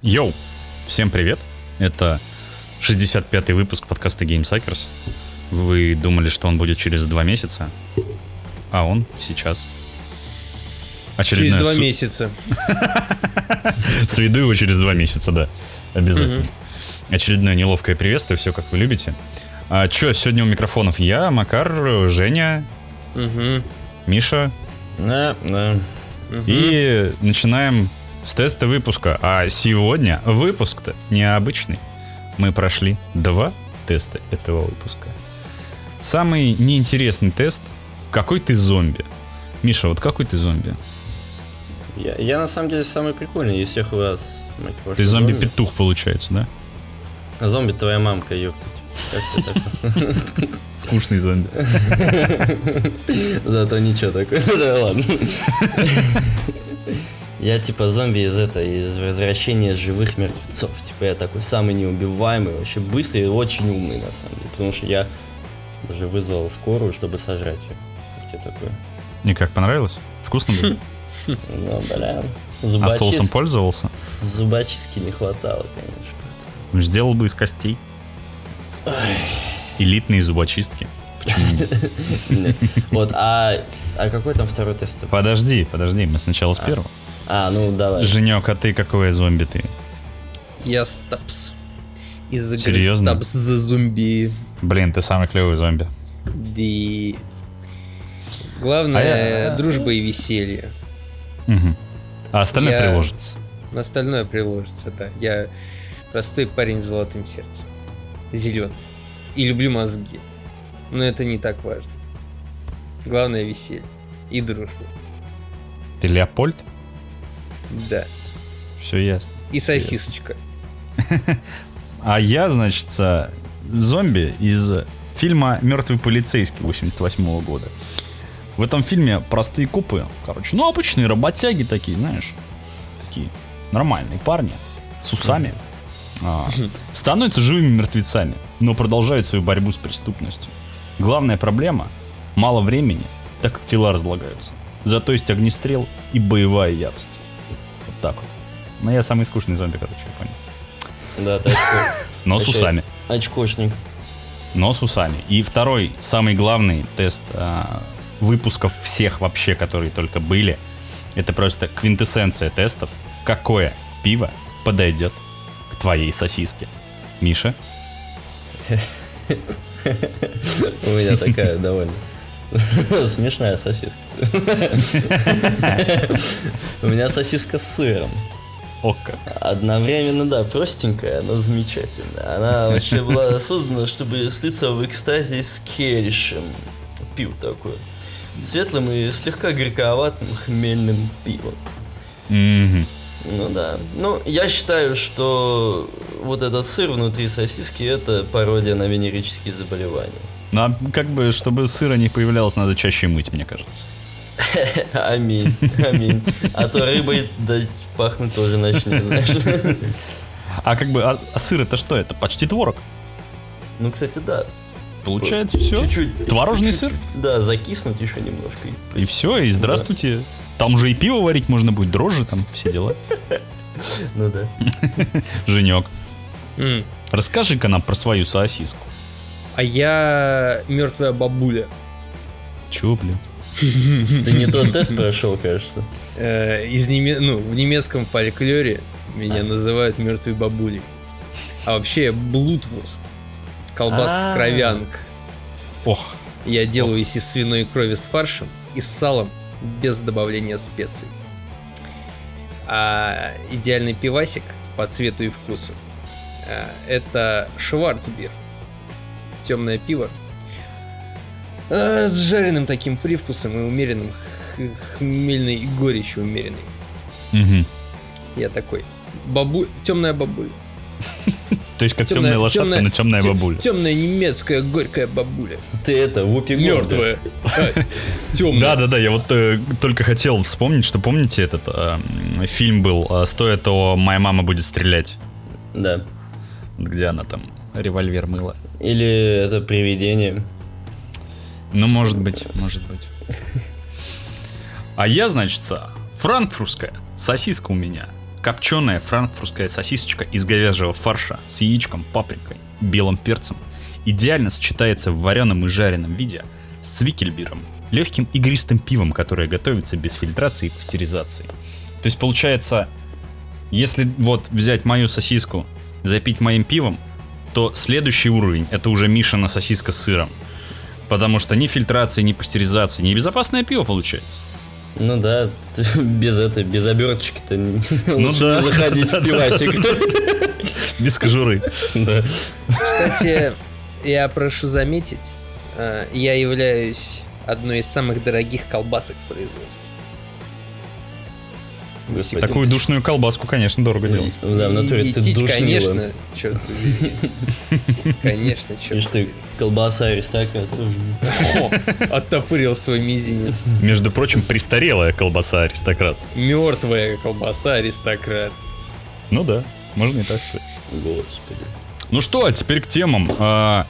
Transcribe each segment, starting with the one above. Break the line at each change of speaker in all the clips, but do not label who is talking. Йоу! Всем привет! Это 65-й выпуск подкаста GameSackers. Вы думали, что он будет через два месяца, а он сейчас.
Через
Очередное
два
су-
месяца.
Сведу его через два месяца, да. Обязательно. Очередное неловкое приветствие, все как вы любите. А чё, сегодня у микрофонов я, Макар, Женя,
Мгм.
Миша.
Да, да.
И начинаем с теста выпуска. А сегодня выпуск-то необычный. Мы прошли два теста этого выпуска. Самый неинтересный тест — какой ты зомби? Миша, вот какой ты зомби?
Я, я на самом деле самый прикольный из всех у вас. мать вашу,
Ты зомби-петух, получается, да?
А Зомби твоя мамка, ёптать. Как ты так?
Скучный зомби.
Зато ничего такое. Да ладно. Я типа зомби из это, из возвращения живых мертвецов. Типа я такой самый неубиваемый, вообще быстрый и очень умный на самом деле. Потому что я даже вызвал скорую, чтобы сожрать ее. Как тебе такое?
Мне как, понравилось? Вкусно было?
Ну, бля.
А соусом
зубочист-
пользовался? Ну,
Зубочистки не хватало, конечно.
Сделал бы из костей. Элитные зубочистки. Почему нет?
Нет. Вот, а, а какой там второй тест?
Подожди, подожди, мы сначала с первого.
А, ну давай.
Женек, а ты какое зомби ты?
Я Стабс. Из игры
Серьезно?
Стабс за зомби.
Блин, ты самый клевый зомби.
Ди. Главное,
А я-
дружба и веселье.
Мгм. А остальное
Я-
приложится.
Остальное приложится, да. Я простой парень с золотым сердцем. Зеленый. И люблю мозги. Но это не так важно. Главное веселье. И дружба.
Ты Леопольд?
Да.
Все ясно.
И сосисочка.
А я, значит, э, зомби из фильма «Мертвый полицейский» 88 года. В этом фильме простые купы, короче, ну обычные работяги такие, знаешь, такие нормальные парни с усами, а, становятся живыми мертвецами, но продолжают свою борьбу с преступностью. Главная проблема – мало времени, так как тела разлагаются. Зато есть огнестрел и боевая ярость. Вот так вот. Но я самый скучный зомби, короче, я понял.
Да, ты очко-
Но с
Окей.
усами.
очкошник.
но с усами. И второй, самый главный тест а, выпусков всех вообще, которые только были, это просто квинтэссенция тестов. Какое пиво подойдет к твоей сосиске? Миша?
У меня такая довольно смешная сосиска. У меня сосиска с сыром.
Ок как.
Одновременно, да, простенькая, но замечательная. Она вообще была создана, чтобы слиться в экстазе с кельшем. Пил такое. Светлым и слегка горьковатым хмельным пивом.
Мгм.
Ну да. Ну, я считаю, что вот этот сыр внутри сосиски это пародия на венерические заболевания.
Ну, а как бы, чтобы сыра не появлялось, надо чаще мыть, мне кажется.
Аминь, аминь. А то рыбой да, пахнуть тоже начнет, знаешь.
А как бы, а, а сыр это что? Это почти творог.
Ну, кстати, да.
Получается все.
Чуть-чуть.
Творожный
чуть-чуть,
сыр?
Да, закиснуть еще немножко. и-
И все, и здравствуйте. Там же и пиво варить можно будет, дрожжи там, все дела.
Ну да.
Женек,
М.
расскажи-ка нам про свою сосиску.
А я мертвая бабуля.
Чё, блин?
Ты не тот тест прошел, кажется.
Э, из неме- ну, в немецком фольклоре меня называют мертвой бабулей. А вообще я блутвурст. Колбаска
А.
кровянка.
Ох,
Я делаю из свиной крови с фаршем и с салом без добавления специй. А идеальный пивасик по цвету и вкусу э, это Шварцбир. Темное пиво. Э, С жареным таким привкусом и умеренным х- хмельной и горечью умеренной.
Мгм.
Я такой. Бабу... Темная бабуля.
То есть как темная,
Темная-
лошадка,
темная-
но темная бабуля.
Темная немецкая горькая бабуля. А,
Ты это, Вупи Голдберг.
Мертвая. Темная.
Да, да, да, я вот э, только хотел вспомнить, что помните этот э, м, фильм был э, «Стоя того, моя мама будет стрелять»,
Да.
где она там револьвер мыла.
Или это привидение.
Ну, может быть, может быть. А я, значит, франкфуртская Сосиска у меня. Копченая франкфуртская сосисочка из говяжьего фарша с яичком, паприкой, белым перцем. Идеально сочетается в вареном и жареном виде с викельбиром, легким игристым пивом, которое готовится без фильтрации и пастеризации. То есть получается, если вот взять мою сосиску, запить моим пивом, то следующий уровень это уже Мишина сосиска с сыром. Потому что ни фильтрации, ни пастеризации, ни безопасное пиво получается.
Ну да, без этой, без оберточки-то ну лучше
да.
не заходить в пивасик.
Без кожуры.
Да.
Кстати, я прошу заметить, э, я являюсь одной из самых дорогих колбасок в производстве.
Господи.
Такую душную колбаску, конечно, дорого делать.
Ну Да, в натуре
И
ты
тить,
душнила.
конечно, черт побери. Конечно,
Видишь,
черт
ты колбаса аристократ тоже.
побери. Оттопырил свой мизинец.
Между прочим, престарелая колбаса аристократ.
Мертвая колбаса, аристократ.
Ну да, можно и так сказать.
Господи.
Ну что, а теперь к темам. А,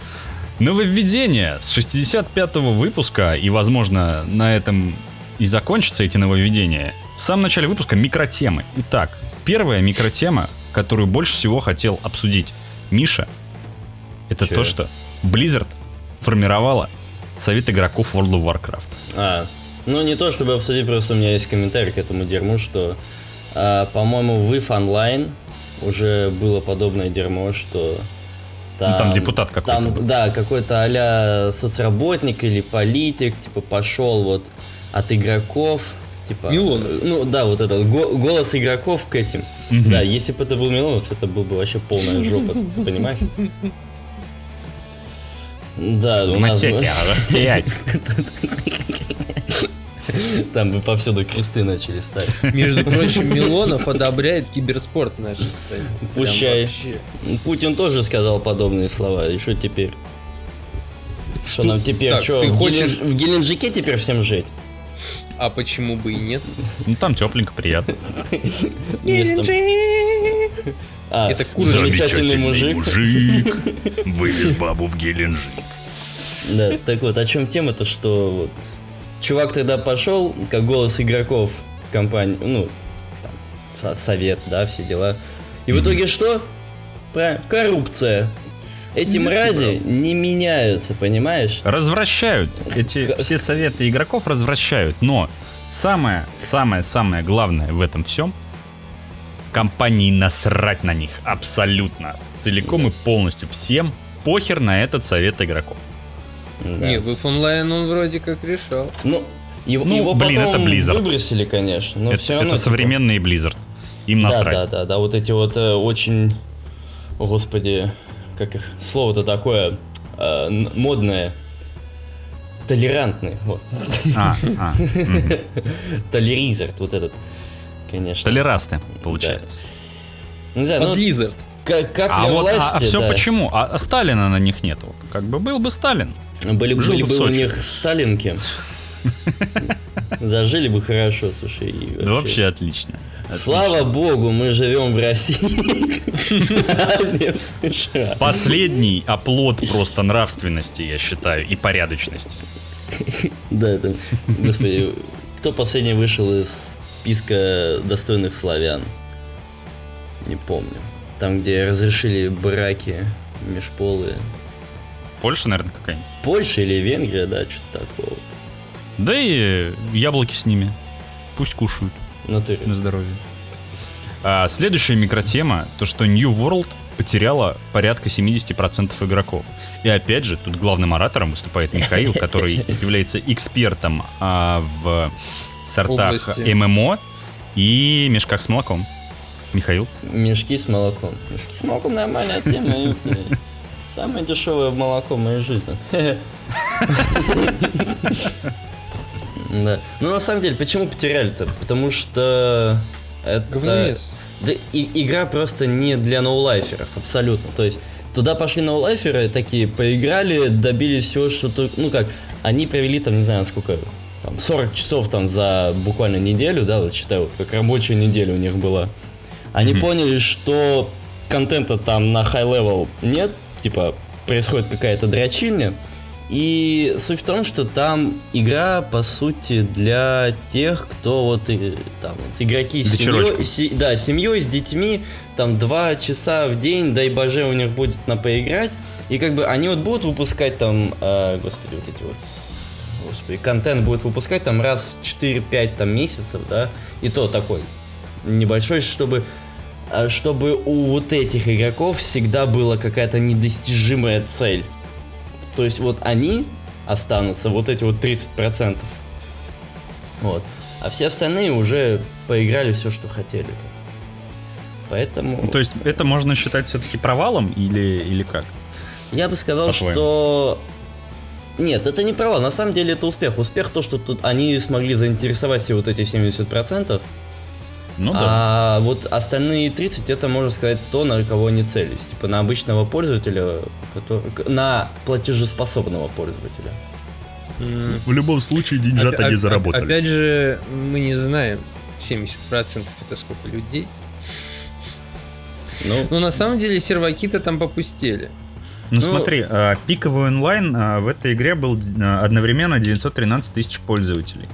нововведения с 65-го выпуска, и, возможно, на этом и закончатся эти нововведения. В самом начале выпуска микротемы. Итак, первая микротема, которую больше всего хотел обсудить Миша, это
Чё?
то, что Blizzard формировала Совет игроков World of Warcraft.
А, ну не то чтобы обсудить, просто у меня есть комментарий к этому дерьму, что, а, по-моему, в If Online уже было подобное дерьмо, что
Ну, там депутат какой-то
там,
был.
да, какой-то а соцработник или политик, типа, пошел вот от игроков, типа...
Милонов.
Ну, да, вот этот го- голос игроков к этим.
Мгм.
Да, если бы это был Милонов, это был бы вообще полная жопа, ты понимаешь? Да, у нас... бы-
Масеки, а, расстоять.
Там бы повсюду кресты начали ставить.
Между прочим, Милонов одобряет киберспорт в нашей стране.
Пущай.
вообще.
Путин тоже сказал подобные слова. И что теперь? Что нам теперь?
Так,
чё,
ты
в,
хочешь-
Гелен- в Геленджике теперь всем жить?
А почему бы и нет?
Ну там тепленько, приятно.
Местом. А,
Это куры.
замечательный мужик.
мужик. Вывез бабу в Геленджик.
Да, так вот, о чем тема-то, что вот чувак тогда пошел, как голос игроков компании, ну, там, со- совет, да, все дела. И в итоге что? Про коррупция. Эти мрази не меняются, понимаешь?
Развращают. Эти
Как-
все советы игроков развращают. Но самое, самое, самое главное в этом всем компании насрать на них абсолютно. Целиком и полностью. Всем похер на этот совет игроков.
Да.
Не, в их онлайн он вроде как решал.
Ну, его,
Ну,
его
блин,
потом
это Blizzard.
выбросили, конечно. Но
это
все равно,
это
типа,
современный Blizzard. Им
Да,
насрать.
да, да, да. Вот эти вот э, очень, о, господи, как их слово-то такое э, н- модное. Толерантный, вот.
А, а, мгм.
Толеризерт, вот этот, конечно.
Толерасты, получается.
Не знаю, ну,
Подлизард.
к- капля
А вот,
власти,
а, все
да.
почему? А, а Сталина на них нету. Как бы был бы Сталин.
Были,
Жил
были
бы в
бы у
Сочи.
них Сталинки. Да, жили бы хорошо, слушай. и
Да вообще отлично.
Слава богу, мы живем в России, а не в США.
Последний оплот просто нравственности, я считаю, и порядочности.
Да, это... Господи, кто последний вышел из списка достойных славян? Не помню. Там, где разрешили браки межполые.
Польша, наверное, какая-нибудь.
Польша или Венгрия, да, что-то такого.
Да и яблоки с ними. Пусть кушают
Ну, ты...
на здоровье. А, следующая микротема, то что New World потеряла порядка 70% игроков. И опять же, тут главным оратором выступает Михаил, который является экспертом а, в сортах
Области.
ММО и мешках с молоком. Михаил?
Мешки с молоком. Мешки с молоком нормальная тема. ёпта. Самое дешевое молоко в моей жизни. Да. Ну, на самом деле, почему потеряли-то? Потому что... Это...
Говномес.
Да и, игра просто не для ноулайферов, абсолютно. То есть туда пошли ноулайферы, такие поиграли, добились всего, что только... Ну как, они провели там, не знаю, сколько, там 40 часов там за буквально неделю, да, вот считаю, вот как рабочая неделя у них была. Они поняли, что контента там на high level нет, типа происходит какая-то дрочильня, И суть в том, что там игра, по сути, для тех, кто вот и, там вот, игроки с
Вечерочком.
семьей, се- да, с семьей, с детьми, там два часа в день, дай боже, у них будет на поиграть. И как бы они вот будут выпускать там, э, господи, вот эти вот, с- господи, контент будет выпускать там раз 4-5 там месяцев, да, и то такой небольшой, чтобы а, чтобы у вот этих игроков всегда была какая-то недостижимая цель. То есть вот они останутся, вот эти вот 30%. Вот. А все остальные уже поиграли все, что хотели. Поэтому
Ну, То есть это можно считать все-таки провалом или, или как?
я бы сказал,
по-твоему?
что... Нет, это не права. На самом деле это успех. Успех то, что тут они смогли заинтересовать все вот эти 70%.
Ну да.
А вот остальные 30 это, можно сказать, то, на кого они целились. Типа на обычного пользователя, который- к- на платежеспособного пользователя.
М,
В любом случае
Опя-
деньжат
оп- оп- Опять же, мы не знаем 70% это сколько людей.
Ну,
Но на самом деле серваки-то там попустили.
Ну,
ну-
смотри, а, пиковый онлайн а, в этой игре был а, одновременно 913 тысяч пользователей.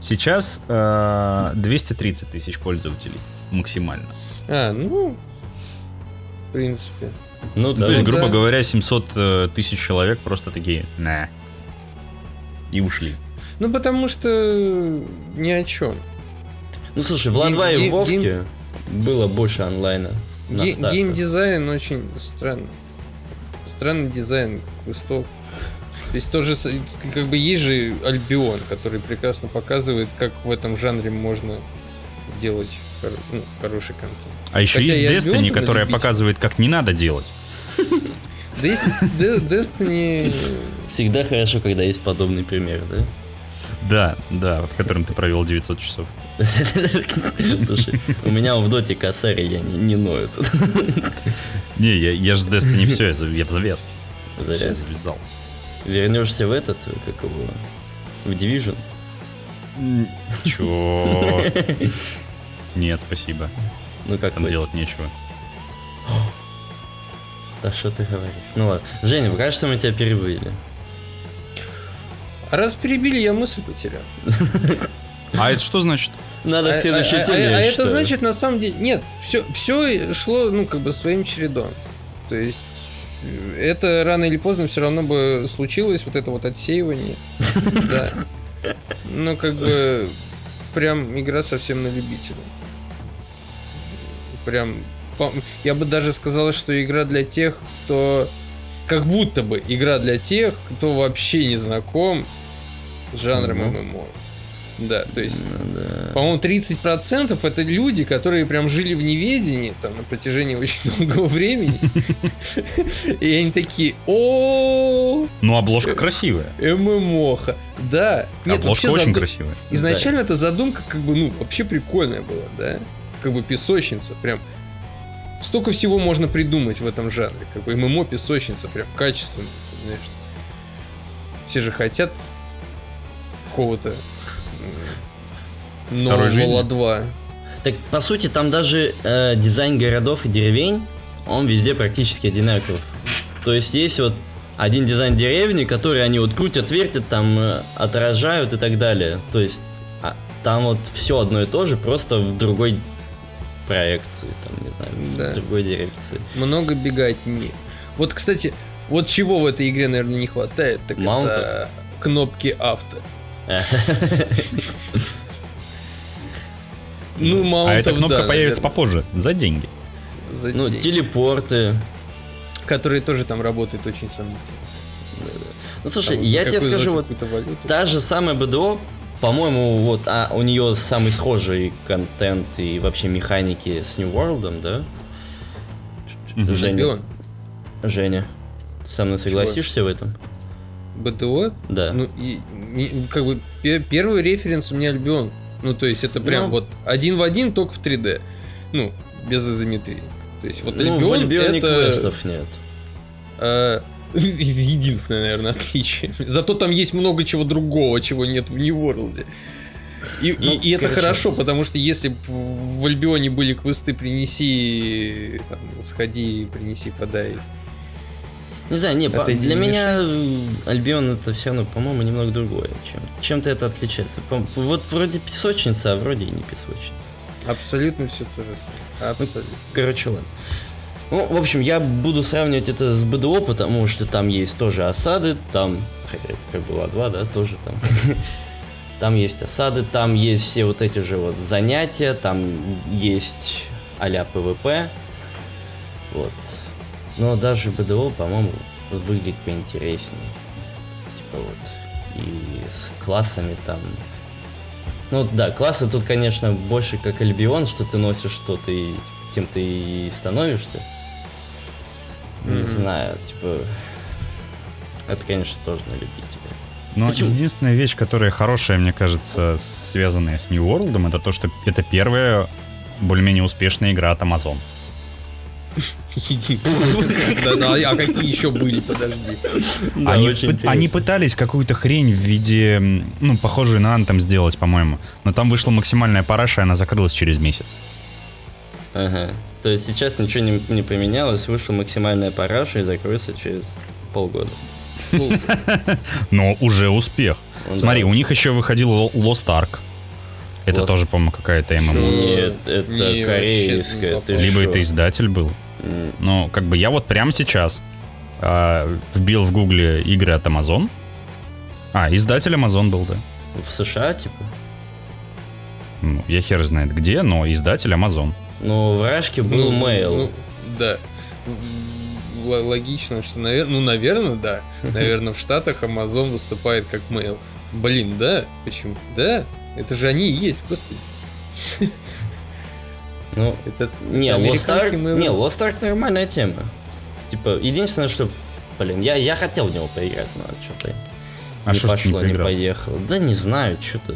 Сейчас а, 230 тысяч пользователей максимально.
А, ну, в принципе.
ну да.
То есть,
ну
грубо
да.
говоря, 700 э, тысяч человек просто такие, на. И ушли.
Ну, потому что ни о чем.
Ну слушай, в Ла-2
Гейм-
и в
гейм-
Вовке
гейм-
было больше онлайна. на
Ге-
старте.
геймдизайн очень странный. Странный дизайн кустов. То есть тоже с- как бы есть же Альбион, который прекрасно показывает, как в этом жанре можно делать хор- ну, хороший контент.
А еще
Хотя я
есть Destiny,
Бионта
которая
налюбитель.
показывает, как не надо делать.
Да есть Де- Destiny...
Всегда хорошо, когда есть подобный пример, да?
Да, да, в котором ты провел 900 часов.
Слушай, у меня в доте косарь, я не, не ною тут.
Не, я, я же с Destiny все, я, за- я в завязке. Все
Заряд.
завязал.
Вернешься в этот, как его, в Division.
Чё? Нет, спасибо.
Ну как
Там
вы-
делать нечего.
Да что ты говоришь? Ну ладно. Женя, вы, кажется, мы тебя перебыли.
А раз перебили, я мысль потерял.
А это что значит?
Надо
а,
к следующей
а- а-
теме,
а
я
это
считаю.
значит, на самом деле... Нет, все, все шло, ну, как бы своим чередом. То есть... э, Это рано или поздно все равно бы случилось, вот это вот отсеивание. Да. Ну, как бы... Прям игра совсем на любителя. Прям... по- Я бы даже сказал, что игра для тех, кто... Как будто бы игра для тех, кто вообще не знаком с жанром
Мгм.
ММО. Да, то есть...
Ну да.
По-моему, 30% это люди, которые прям жили в неведении там на протяжении очень долгого времени. И они такие, о
Ну, обложка красивая.
ММОха. Да. Нет,
обложка
вообще
А очень
заду-
красивая.
Ну,
изначально эта задумка как бы, ну, вообще прикольная была, да? Как бы песочница, прям Столько всего можно придумать в этом жанре. Как бы ММО, песочница, прям качественно, знаешь. Все же хотят какого-то м,
Второй
нового
жизни?
ла
Так, по сути, там даже э, дизайн городов и деревень, он везде практически одинаков. То есть есть вот один дизайн деревни, который они вот крутят, вертят, там э, отражают и так далее. То есть а, там вот все одно и то же, просто в другой проекции, там, не знаю,
Да.
в другой дирекции.
Много бегать не. Вот, кстати, вот чего в этой игре, наверное, не хватает, так это
Маунтов?
кнопки авто.
Эх.
Ну, маунтов,
А эта кнопка
да,
появится
наверное,
попозже, за деньги.
за
Ну,
день,
телепорты.
Которые тоже там работают очень сомнительно.
Ну, слушай,
Там
я тебе
какую- за
скажу, вот
какую-то валюту.
Та же самая БДО, по-моему, вот, а у нее самый схожий контент и вообще механики с New World, да?
Мгм.
Женя,
Альбион,
Женя, ты со мной согласишься в этом?
БТО?
Да.
Ну, и, не- как бы пе- первый референс у меня Альбион. Ну, то есть это прям
Ну.
вот один в один, только в 3D. Ну, без изометрии. То есть вот
ну, в
Альбион
Альбионе
это...
квестов нет.
Э, Единственное, наверное, отличие. Зато там есть много чего другого, чего нет в Нью-Ворлде. И, и-
Ну,
и это
короче.
хорошо, потому что если б в Альбионе были квесты, принеси, там, сходи, принеси, подай.
Не знаю, не, по-
Это
для
не
меня э, Альбион это все равно, по-моему, немного другое. Чем, чем-то это отличается. По- вот вроде песочница, а вроде и не песочница.
Абсолютно все то же самое. Абсолютно.
Короче, ладно. Ну, в общем, я буду сравнивать это с БДО, потому что там есть тоже осады, там, хотя это как было 2 да, тоже там. Там есть осады, там есть все вот эти же вот занятия, там есть а-ля ПВП. Вот. Но даже БДО, по-моему, выглядит поинтереснее. Типа вот. И с классами там. Ну да, классы тут, конечно, больше как Альбион, что ты носишь, что ты кем ты и становишься. Не
Мгм.
знаю, типа. Это, конечно, тоже на любителя.
Но
Почему?
Ну, единственная вещь, которая хорошая, мне кажется, связанная с New World, это то, что это первая более-менее успешная игра от Amazon.
Да, да, а какие еще были, подожди.
Да,
они,
очень
пы-
интересно.
они пытались какую-то хрень в виде, м, ну, похожую на Anthem сделать, по-моему. Но там вышла максимальная параша, и она закрылась через месяц.
Ага. То есть сейчас ничего не, не поменялось, вышла максимальная параша и закроется через полгода.
Ну,
Но уже успех.
Ну,
Смотри,
да.
у них еще выходил Ло- Lost Ark. Это
Lost-
тоже, по-моему, какая-то ММО.
Чё?
Нет, это
Не, вообще
корейская.
не
Ты
попал.
Либо
шо?
это издатель был.
М,
Ну, как бы я вот прямо сейчас а, вбил в гугле игры от Amazon. А, издатель Amazon был, да.
В США, типа?
Ну, я хер знает где, но издатель Amazon.
Ну, в Рашке
ну,
был мейл.
ну, Да. Л- Логично, что, наверное, ну, наверное, да. Наверное, в Штатах Amazon выступает как mail. Блин, да? Почему? Да? Это же они и есть, господи.
Ну,
Это
не,
это
Lost Ark,
американский mail.
не, Lost Ark нормальная тема. Типа, единственное, что, блин, я, я хотел в него поиграть, ну, но что-то
А
не
что ж ты не
пошло, не,
поиграл?
поехало. Да не знаю, что-то...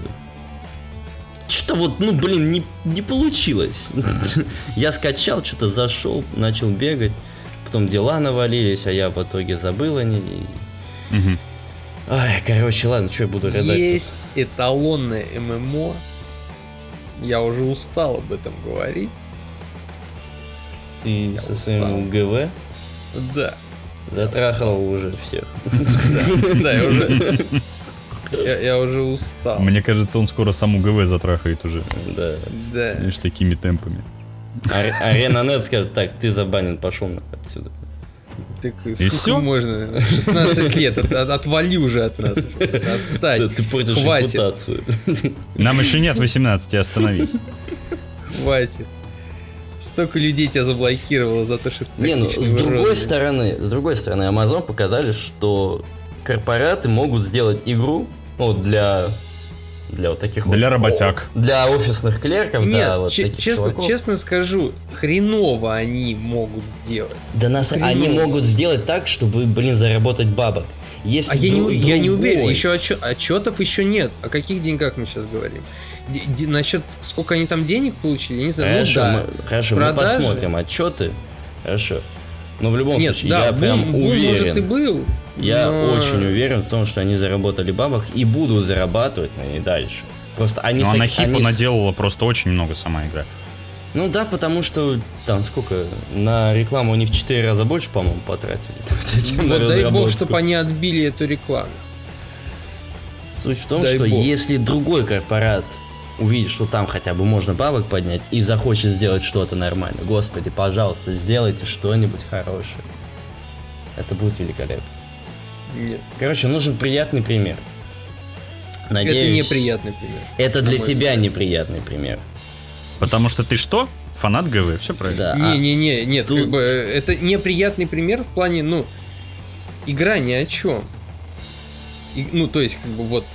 Что-то вот, ну, блин, не, не получилось. я скачал, что-то зашел, начал бегать, потом дела навалились, а я в итоге забыл они. и-
Мгм.
Ай, короче, ладно, что я буду рыдать?
Есть эталонное ММО. Я уже устал об этом говорить.
Ты
Я
со
устал.
своим ГВ
Да.
затрахал уже всех.
Да, я уже... Я, я уже устал.
Мне кажется, он скоро саму ГВ затрахает уже.
Да.
Да.
Знаешь, такими темпами.
Аре- Арена Нет скажет, так, ты забанен, пошел нахуй отсюда.
Так сколько
всё?
можно? 16 лет. От- от- отвали уже от нас. пожалуйста,
Да,
Отстань.
ты портишь
хватит.
репутацию.
Нам еще нет 18, остановись.
Хватит. Столько людей тебя заблокировало за то, что ты
Не, ну,
токсичный
с другой
урод.
стороны, с другой стороны, Amazon показали, что корпораты могут сделать игру, ну, для для вот таких
Для
вот-
работяг.
о, Для офисных клерков,
Нет,
да, вот
че-
таких
честно,
чуваков.
честно скажу, хреново они могут сделать.
Да нас они
хреново.
могут сделать так, чтобы, блин, заработать бабок. Если
А я
дру-
не, я не
другой-
уверен, еще отчё- отчетов еще нет. О каких деньгах мы сейчас говорим? Д- д- насчет сколько они там денег получили, я не знаю.
Хорошо,
ну да.
мы, хорошо, мы
Продажи.
посмотрим отчеты. Хорошо. Но в любом
Нет,
случае,
да,
я
бум,
прям
бум,
уверен.
может и был.
Я
но-
очень уверен в том, что они заработали бабок и будут зарабатывать на ней дальше. Просто они...
Ну,
Но
а
сок-
она хипа
они с-
а наделала просто очень много сама игра.
Ну да, потому что там сколько? На рекламу они в 4 раза больше, по-моему, потратили. чем на
Вот Ну, дай бог,
разработку.
чтобы они отбили эту рекламу.
Суть в том,
дай
что
бог.
если другой корпорат увидит, что там хотя бы можно бабок поднять и захочет сделать что-то нормальное, господи, пожалуйста, сделайте что-нибудь хорошее. Это будет великолепно.
Нет.
Короче, нужен приятный пример. Надеюсь,
Это неприятный пример.
Это
на
для
мой
тебя неприятный пример.
Потому что ты что? Фанат ГВ, все правильно.
Да. а-
Не-не-не, нет,
тут-
как бы э, это неприятный пример в плане, ну, игра ни о чем. И- ну, то есть, как бы вот.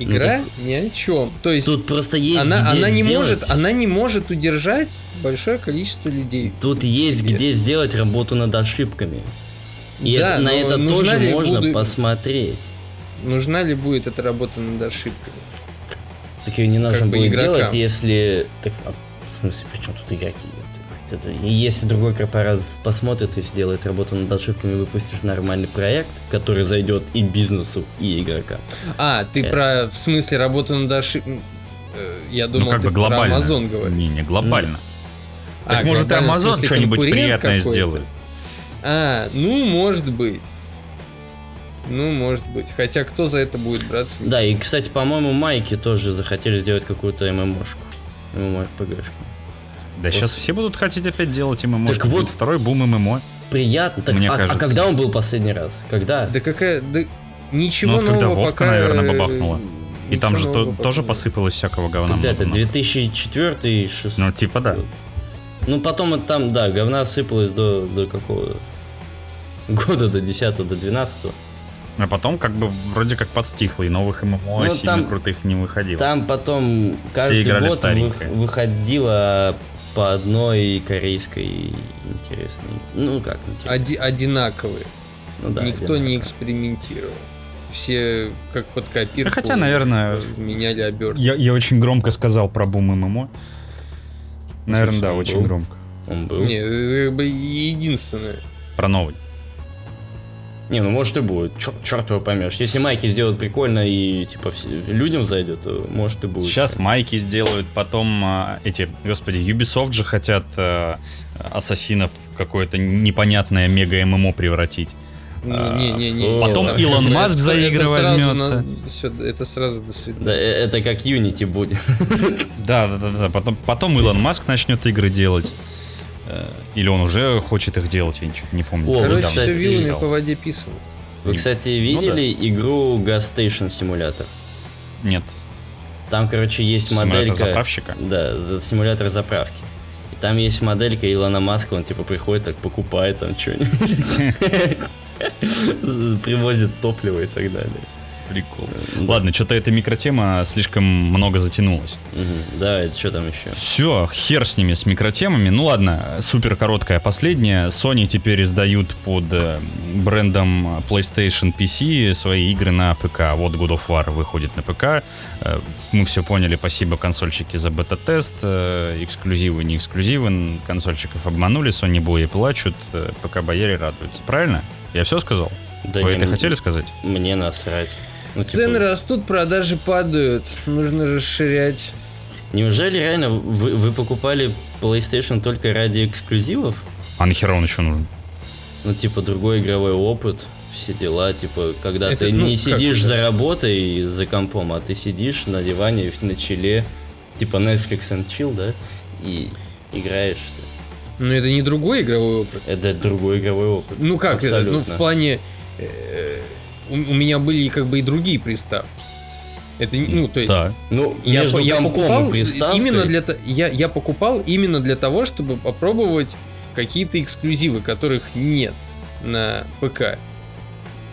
Игра ни о чем. То есть,
Ну, Тут просто есть
она,
где
она не
сделать-
может, она не может удержать большое количество людей. Э,
Тут есть
Тебе.
где сделать работу над ошибками. И
Да,
это- на
но
это
нужна
тоже
ли
можно
буду-
посмотреть.
Нужна ли будет эта работа над ошибками?
Так ее не нужно
Как бы
будет
игрокам.
делать, если... Так, а в смысле, причем тут игроки? Это- это- И если другой корпорат посмотрит и сделает работу над ошибками, выпустишь нормальный проект, который зайдет и бизнесу, и игрокам.
А, ты
Э.
про в смысле работу над ошибками. Э, Я думал,
ну, как
ты
бы глобально.
про Amazon говоришь.
Не, не, глобально.
А,
так может и
глобально в
Amazon
смысле
что-нибудь
конкурент
приятное
какой-то?
сделает.
А, ну, может быть. Ну, может быть. Хотя кто за это будет браться?
Да, и, кстати, по-моему, майки тоже захотели сделать какую-то ММОшку. ММО-РПГшку.
Да сейчас все будут хотеть опять делать ММО.
Так вот.
Будет второй бум ММО.
Приятно. Так,
Мне
а, а
кажется.
когда он был последний раз? Когда?
Да какая... Да... Ничего
Ну, вот когда
нового
Вовка,
пока...
наверное,
э,
бабахнула. И
ничего
там же то-
нового пока
тоже
нет.
посыпалось всякого говна.
Когда это?
много.
2004 и 6
Ну, типа да.
Ну, потом это там, да, говна сыпалось до, до какого года, до 10 до 12
А потом как бы вроде как подстихло, и новых ММО
Ну,
сильно
там-
крутых не выходило.
Там потом каждый
играли в
год
старенькое.
вы- выходило по одной корейской интересной. Ну, как интересной.
Оди- одинаковые.
Ну, да,
Никто не
одинаково.
экспериментировал. Все как под копирку.
Да хотя, наверное,
просто меняли обертку.
я, я очень громко сказал про бум ММО. Наверное, да,
Слушай,
очень
бум.
громко.
Он был.
Не,
Не.
э, как бы единственное.
Про новый.
ну может и будет. Черт, его поймешь. Если майки сделают прикольно и типа вс- людям зайдет, то может и будет.
Сейчас майки сделают, потом а, эти, господи, Ubisoft же хотят а, ассасинов в какое-то непонятное мега ММО превратить.
Ну,
А,
не, не, не.
Потом Илон Маск за игры возьмется.
Все, это сразу до свидания.
Да, э- это как Unity будет.
Да, да, да, да. Потом, потом Илон Маск начнет игры делать. Э, Или он уже хочет их делать, я ничего не помню.
О,
Я
вот
Короче,
там,
недавно
все
кстати,
вилами
читал.
по воде писано.
Вы,
Не-
кстати,
ну да.
видели игру Gas Station Simulator?
Нет,
Там, короче, есть
симулятор
моделька...
заправщика.
Да, за- симулятор заправки. И там есть моделька Илона Маска, он типа приходит, так покупает там что-нибудь. Привозит топливо и так далее.
Прикол. Ладно, что-то эта микротема слишком много затянулась.
Мгм. Да, это что там еще?
Все, хер с ними, с микротемами. Ну ладно, супер короткая последняя. Sony теперь издают под э, брендом PlayStation PC свои игры на ПК. Вот God of War выходит на ПК. Э, Мы все поняли, спасибо консольщики за бета-тест. Э, Эксклюзивы, не эксклюзивы. Н- Консольщиков обманули, Sony бои плачут, э, ПК бояре радуются. Правильно? Я все сказал?
Да
Вы
не,
это
м-
хотели сказать?
Мне насрать. Ну, типа,
Цены растут, продажи падают. Нужно расширять.
Неужели реально вы, вы покупали PlayStation только ради эксклюзивов?
А нахера он еще нужен?
Ну, типа, другой игровой опыт, все дела, типа, когда
Это,
ты
ну,
не
как
сидишь
это?
за работой и за компом, а ты сидишь на диване и в- на челе, типа Netflix and chill, да, и играешь.
Но Ну, это не другой игровой опыт.
Это другой игровой опыт.
Ну как это? Ну,
Абсолютно.
в плане... э, У у меня были и как бы и другие приставки. Это, не- ну, то есть...
Да.
Ну,
Я,
между
по- я
компом
покупал
и приставкой,
именно для то- я, я покупал именно для того, чтобы попробовать какие-то эксклюзивы, которых нет на ПК.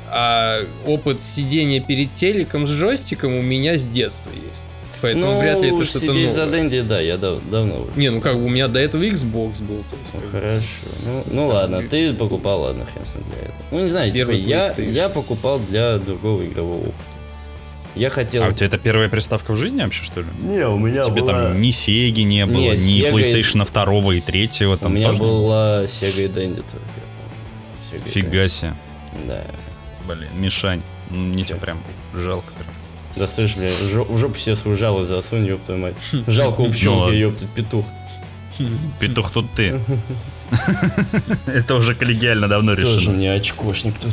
А опыт сидения перед телеком с джойстиком у меня с детства есть. Поэтому
ну,
вряд ли это что-то
сидеть
новое.
за Дэнди, да, я дав- давно уже.
Не, ну как бы у меня до этого Xbox был. то есть,
Ну,
как бы.
хорошо. Ну, ну ладно, ты покупал, ладно, хрен с ним для этого. Ну, не знаю, типа,
Первый
я,
PlayStation.
я покупал для другого игрового опыта. Я хотел...
А у тебя это первая приставка в жизни вообще, что ли?
Не, у меня
Тебе там ни Сеги не было,
Не,
ни
Sega-
PlayStation 2 и 3. Там
У меня
тоже
была Sega и Dendy только. я помню. Sega и
Фига себе.
Dendy. Да.
Блин, Мишань, м, мне тебя прям жалко. прям.
Да слышь, бля, жо- в жопу себе свою жалость засунь, ёб твою мать. Жалко
Хм. Ну ладно.
общонки, ёб тут петух.
Петух тут ты. Это уже коллегиально давно
Тоже
решено.
мне очкошник тут.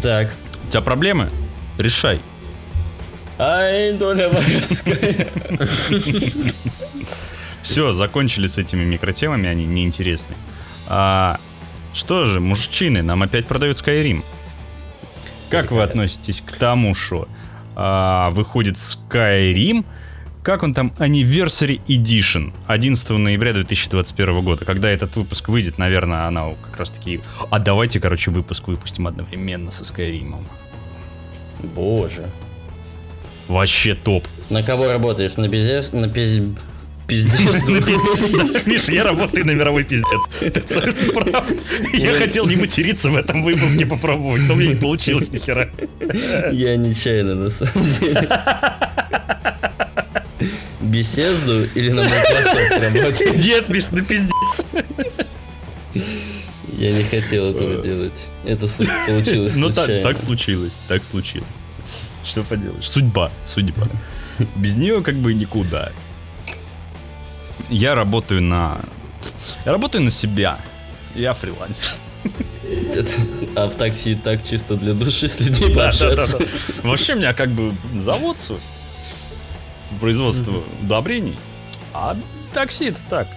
Так.
У тебя проблемы? Решай.
Ай, доля воровская.
Все, закончили с этими микротемами, они неинтересны. А, что же, мужчины, нам опять продают Skyrim. Как вы относитесь к тому, что а, выходит Skyrim, как он там, Anniversary Edition, 11 ноября 2021 года. Когда этот выпуск выйдет, наверное, она как раз таки... А давайте, короче, выпуск выпустим одновременно со Skyrim.
Боже.
Вообще топ.
На кого работаешь? На пиздец? На пиз- пиздец?
На пиздец, да, Миш, я работаю на мировой пиздец. Ты абсолютно прав. Я хотел не материться в этом выпуске попробовать, но у меня не получилось ни хера.
Я нечаянно, на самом деле. Беседу или на Microsoft работаешь?
Нет, Миш, на пиздец.
Я не хотел этого делать. Это слу- получилось
Э. Ну так,
случайно.
так случилось, так случилось. Что поделаешь? Судьба, судьба. Без нее как бы никуда. Я работаю на... Я работаю на себя. Я фрилансер.
А в такси и так чисто для души с людьми пообщаться.
Вообще меня как бы зовут с- по производству удобрений. А такси это так.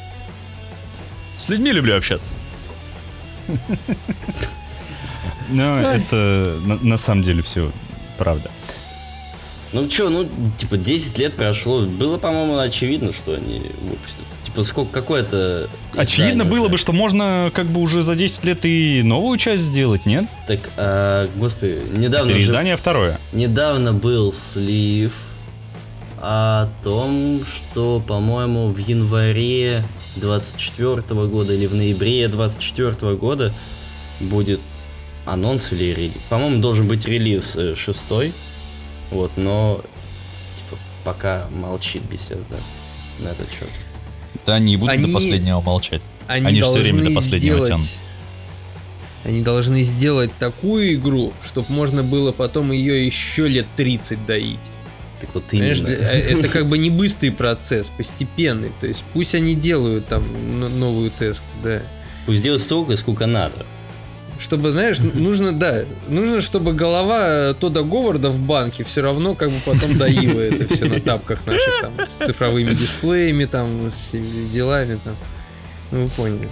С людьми люблю общаться. Ну, это на- на самом деле все правда.
Ну чё, ну, типа, 10 лет прошло. Было, по-моему, очевидно, что они выпустят. Типа, сколько, какое-то... издание
Очевидно было
уже.
бы, что можно как бы уже за 10 лет и новую часть сделать, нет?
Так, а, господи, недавно же-
Переиздание второе.
недавно был слив о том, что, по-моему, в январе 24 года или в ноябре 24 года будет анонс или релиз. По-моему, должен быть релиз э, шестой. Вот, но типа, пока молчит Bethesda на этот счет.
Да они и будут
Они-
до последнего молчать. Они ж всё время до
должны
последнего
сделать-
тянут.
Они должны сделать такую игру, чтобы можно было потом ее еще лет 30 доить.
Так вот
Понимаешь,
именно.
для- э, это как бы не быстрый процесс, постепенный. То есть пусть они делают там но- новую теску, да.
Пусть делают столько, сколько надо.
Чтобы, знаешь, н- нужно, да, нужно, чтобы голова э, Тода Говарда в банке все равно как бы потом доила это все на тапках наших там, с цифровыми дисплеями там, с всеми делами там. Ну, вы поняли.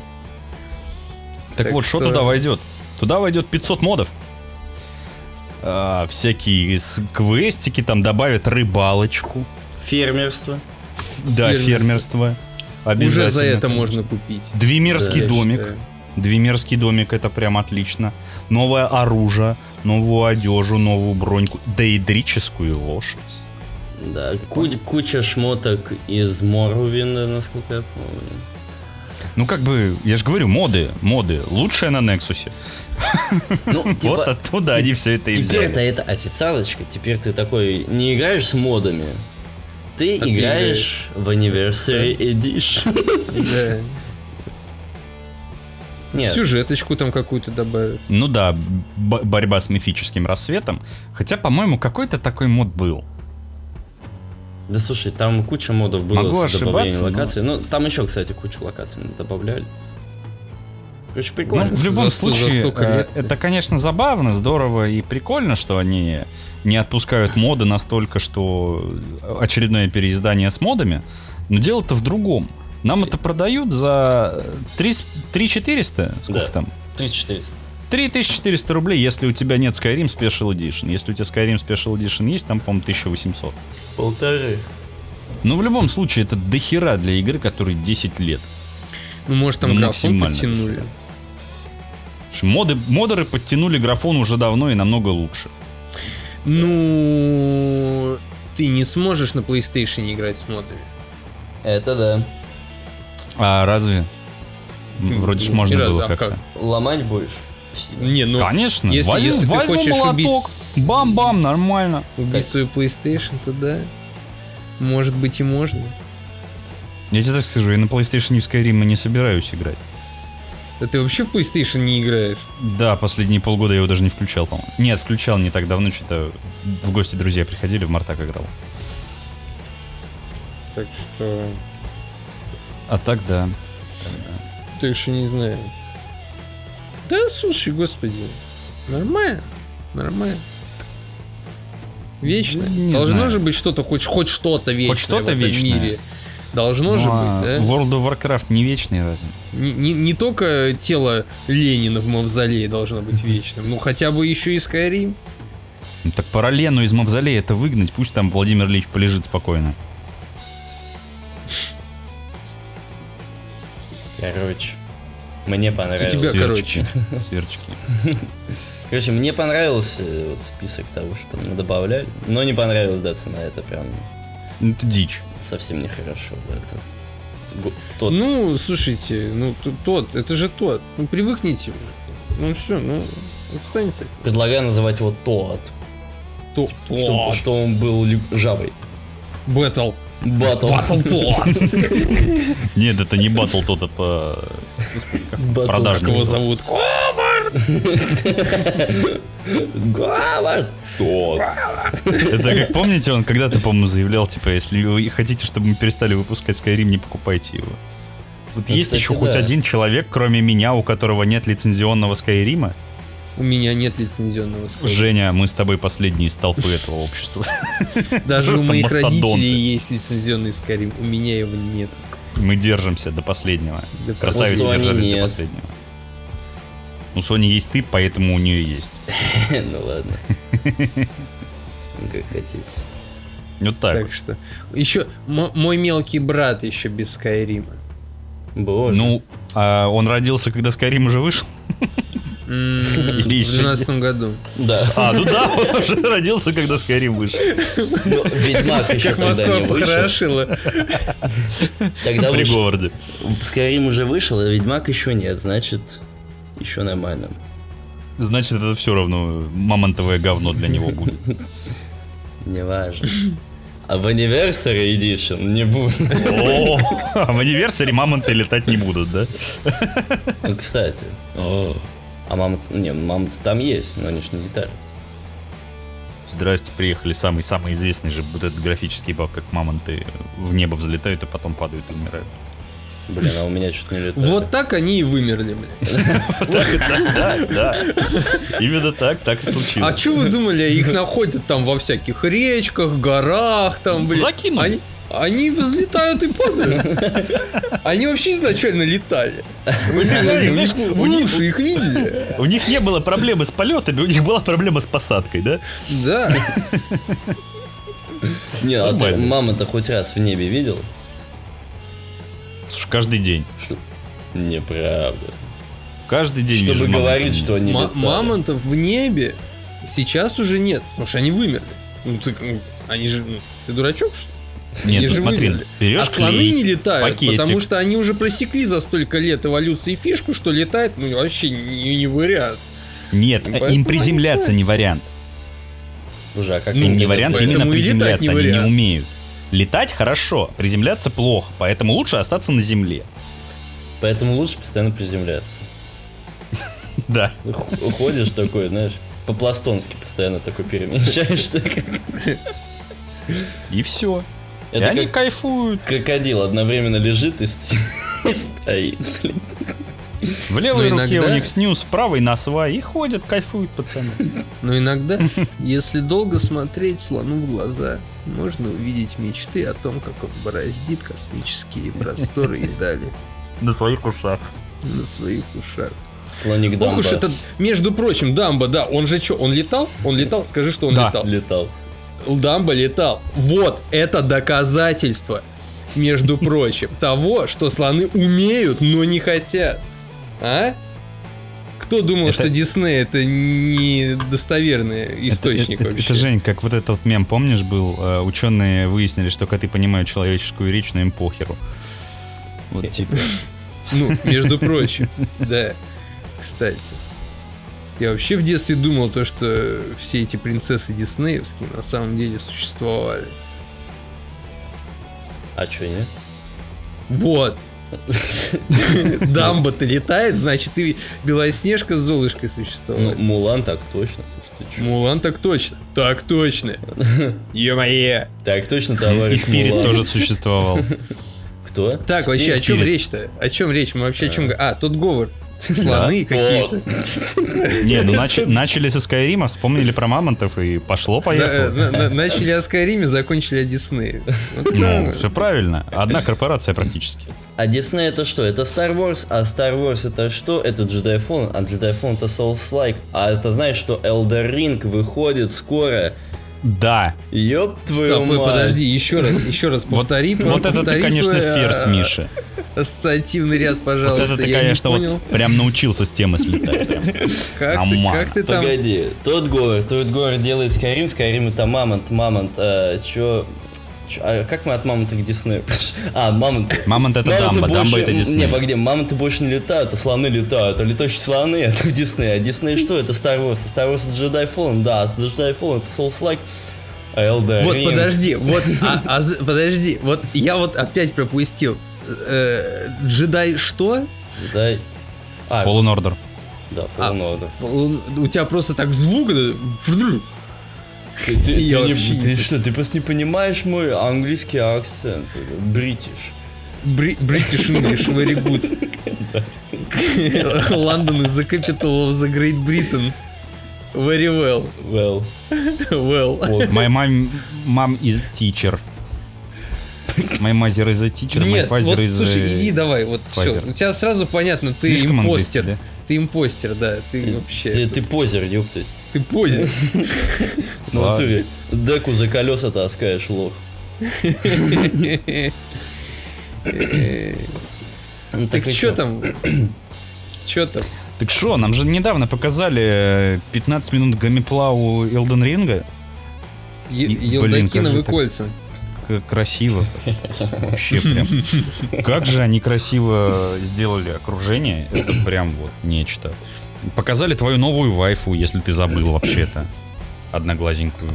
Так,
Так
вот, что
что-
туда войдет? Туда войдет 500 модов. А, всякие с- квестики, там добавят рыбалочку.
Фермерство.
Да,
Фермерство.
фермерство. Обязательно.
Уже за это
конечно.
можно купить.
Двимерский
Я
домик.
считаю.
Двимерский домик, это прям отлично. Новое оружие, новую одежу, новую броньку. Деидрическую лошадь.
Да, куч- куча шмоток из Морвина, насколько я помню.
Ну, как бы, я же говорю, моды, моды. Лучшее на Нексусе.
Ну,
вот
типа,
оттуда
ти-
они все это и взяли.
теперь-то это официалочка, теперь ты такой не играешь с модами. Ты
А ты
играешь в Anniversary Edition.
Да.
Нет,
Сюжеточку там какую-то добавят.
Ну да, бо- борьба с мифическим рассветом. Хотя, по-моему, какой-то такой мод был.
да слушай, там куча модов было
Могу
с добавлением
ошибаться, но-
локаций. Ну, там еще, кстати, кучу локаций добавляли. Короче,
Ну,
прикольно.
в любом
за сто- за
случае,
столько
э,
лет.
это, конечно, забавно, здорово и прикольно, что они не отпускают моды настолько, что очередное переиздание с модами. Но дело-то в другом. Нам это продают за 3, 3400, сколько
Да.
там?
3400.
3400 рублей, если у тебя нет Skyrim Special Edition. Если у тебя Skyrim Special Edition есть, там, по-моему, 1800.
Полторы.
Но в любом случае, это дохера для игры, которой 10 лет.
Ну, может, там
Ну,
графон
максимально
подтянули.
Потому что Моды, модеры подтянули графон уже давно и намного лучше.
Ну, ты не сможешь на PlayStation играть с модами.
Это да.
А разве? М, Вроде ж
Ну,
можно
ни разу,
было
а
как-то.
как?
Ломать будешь?
Не, ну,
Конечно.
если-
возьму
если ты
возьму
хочешь
молоток,
убить-
бам-бам, нормально.
убить свою PlayStation, то да. Может быть и можно.
Я тебе так скажу, я на PlayStation в Skyrim и не собираюсь играть.
Да ты вообще в PlayStation не играешь.
Да, последние полгода я его даже не включал, по-моему. Нет, включал не так давно, что-то в гости друзья приходили, в Мартак играл.
Так что...
А так да.
Так что не знаю. Да, слушай, господи. Нормально. Нормально. Вечно.
Не
Должно
знаю.
же быть что-то, хоть, хоть что-то вечное
что-то
в этом
вечное.
мире. Должно же
Ну, а
быть, да?
World of Warcraft не вечный разве?
Не, не- не только тело Ленина в мавзолее должно быть вечным, ну хотя бы еще и Скайрим.
Ну, так пора Лену из Мавзолея это выгнать, пусть там Владимир Ильич полежит спокойно.
Короче, мне
Типа
понравилось.
тебя,
Сверчки. Сверчки.
Короче, мне понравился э, вот список того, что мне добавляли. Но не понравилась, да, цена. Это прям
Ну, Это дичь.
совсем нехорошо. Да, это... го- Тот
Ну, слушайте, ну т- тот, это же тот. Ну привыкните уже. Ну все, ну отстаньте.
Предлагаю называть его Тоат.
То,
Что,
Тот.
что он был лю- жабой.
Бэтл.
Батл.
Батл Тот.
Нет, это не батл тот, это...
Батл.
Продажный.
Кого зовут?
Говард. Тот.
Это как, помните, он когда-то, по-моему, заявлял, типа, если вы хотите, чтобы мы перестали выпускать Skyrim, не покупайте его. Вот есть
Ну, кстати,
еще хоть
да.
один человек, кроме меня, у которого нет лицензионного Скайрима?
У меня нет лицензионного скотча.
Женя, мы с тобой последние из толпы этого общества.
Даже у
просто
моих
мастодонты.
родителей есть лицензионный Skyrim, у меня его нет.
Мы держимся до последнего.
Да
Красавицы
У Ну, Sony
держались до
нет.
последнего. У Sony есть ты, поэтому у нее есть.
Ну ладно. Ну, Как хотите.
Вот так.
Так
вот.
что. Еще мо- мой мелкий брат еще без Скайрима.
Боже.
Ну, а он родился, когда Скайрим уже вышел?
М, М-м, В
Или еще
12 году.
Да.
А, ну да, он уже родился, когда Скайрим вышел.
Но Ну, Ведьмак еще
Как
тогда
Москва
не вышел.
похорошила.
Тогда
При
вышел.
Говарде.
Скайрим уже вышел, а Ведьмак еще нет, значит, еще нормально.
Значит, это все равно мамонтовое говно для него будет.
Не важно.
А в Anniversary Edition не будет.
О, а в универсаре мамонты летать не будут, да?
Ну, Кстати. А мама... Не, мама там есть, но они ж не летали.
Здрасте, приехали самый-самый известный же вот этот графический баг, как мамонты в небо взлетают и потом падают и умирают.
Блин, а у меня чуть не летали.
Вот так они и вымерли, блядь.
Да, да. Именно так, так и
А
случилось.
че вы думали, их находят там во всяких речках, горах, там, блядь?
Закинули.
Они, они взлетают и падают. Они вообще изначально летали. Вы не знали,
знаешь,
у них
у них-
уши их видели?
У них не было проблемы с полетами, у них была проблема с посадкой, да?
Да.
Не, а ты
Нормально.
мама-то хоть раз в небе видел?
Слушай, каждый день.
Неправда.
Каждый день
Чтобы
вижу
говорить,
мамонтов.
что они
Ма-
летали.
Мамонтов в небе сейчас уже нет, потому что они вымерли. Ну ты, ну, они же, ну, ты дурачок что? ли?
Нет,
Они
ну
же
смотри,
вымерли. А
берешь
слоны не
клей,
летают,
пакетик.
потому что они уже просекли за столько лет эволюции фишку, что летает, ну вообще не, не вариант.
Нет, э,
Поэтому
им
они
приземляться не вариант.
Уже, а как
Ну,
они
не
летают?
вариант,
поэтому
именно
и летать
приземляться
не
они не
вариант.
умеют. Летать хорошо, приземляться плохо, поэтому лучше остаться на земле.
Поэтому лучше постоянно приземляться.
Да.
Ух- Уходишь такой, знаешь, по-пластонски постоянно такой перемещаешься. как
И все. И
Это
они
как-
кайфуют.
Крокодил одновременно лежит и с- и стоит, блин.
В левой
Но
руке у
иногда-
них снюс, в правой насва. И ходят, кайфуют, пацаны.
Но иногда, если долго смотреть слону в глаза, можно увидеть мечты о том, как он бороздит космические просторы и дали
На своих ушах.
на своих ушах.
Слоник
Ох уж
Дамба
это, между прочим, Дамба, да, он же что, он летал? Он летал? Скажи, что он
Да.
летал.
летал.
Дамба летал. Вот, это доказательство, между прочим, того, что слоны умеют, но не хотят. А? Кто думал,
Это-
что Дисней это не достоверный источник
это, это-
вообще?
это, Жень, как вот этот вот мем, помнишь, был? Э, Ученые выяснили, что коты понимают человеческую речь, но им похеру. Вот типа.
Ну, между прочим, да. Кстати. Я вообще в детстве думал то, что все эти принцессы диснеевские на самом деле существовали.
А чё, нет?
Вот. Дамба-то летает, значит, и Белоснежка с Золушкой
Ну,
существовала.
Мулан так точно, слушай, ты чё?
Мулан так точно. Так точно. Ё-моё.
Так точно,
И
товарищ
спирит
Мулан.
тоже существовал.
Кто?
Так, вообще, а о чем
Спирит.
речь-то? О чем речь? Мы вообще о чем... А, тот Говард. Слоны какие-то.
Не, ну нач- начали со Скайрима, вспомнили про мамонтов и
За- э, ну,
пошло-поехало.
на- на- Начали о Скайриме, закончили о Диснее. Вот так
Ну,
вот.
все правильно. Одна корпорация практически.
А Disney это что? Это Star Wars, а Star Wars это что? Это Jedi Fallen, а Jedi Fallen это Souls-like. А это знаешь, что Elder Ring выходит скоро.
Да.
Ёб твою
Стоп, э,
мать.
подожди, еще раз, еще раз
Вот,
повтори. по-
вот это ты,
повтори
конечно,
свой,
ферзь,
а,
Миша.
Ассоциативный ряд,
Вот
пожалуйста.
это ты,
я не
конечно,
понял.
вот прям научился с темы слетать. прям.
Как ты,
Нормально.
как ты там?
Погоди, тот город, тот город делает Skyrim, Skyrim это мамонт, мамонт, а, чё... чё- а как мы от мамонта к Диснею пришли? А, мамонт.
Мамонт это
Мамонты
дамба, дамба
больше-
это
Не,
Дисней.
погоди, мамонты больше не летают, а слоны летают. А летающие слоны это в Дисней. А Дисней что? Это Star Wars. А Star Wars это Jedi Fallen, да. а Jedi Fallen это Souls-like. А Elden
Вот
Ring.
подожди, вот, а- а з- подожди, вот я вот опять пропустил. Э, Джедай что?
Jedi- А,
Fallen Order.
Да,
А,
Fallen Order.
Fallen- У тебя просто так звук. э, фррр.
Ты, ты-
я
ты не-
вообще не
ты что, ты просто не понимаешь мой английский акцент. Бритиш.
Бри- British English very good. London is the capital of the Great Britain. Very well.
Well,
Well.
My mom, mom is teacher. My mother is a teacher, my
Нет,
father
вот
is a-
слушай, иди давай, вот все.
Pfizer.
У тебя сразу понятно, ты
э, Слишком
импостер.
английский,
Ты импостер, да. Ты,
ты,
вообще.
ты-
это-
ты позер, ёпты.
ты позер.
Ну
Ладно.
ты деку за колеса таскаешь, лох.
Э,
Ну,
Так
и
что
чё?
там? Что там?
Так что, нам же недавно показали э, 15 минут гамиплау у Элден Ринга.
Е-
И, блин, как
Елдокиновы
же так?
кольца.
К- красиво. Вообще прям. Как же они красиво сделали окружение. Это прям вот нечто. Показали твою новую вайфу, если ты забыл вообще-то. Одноглазенькую.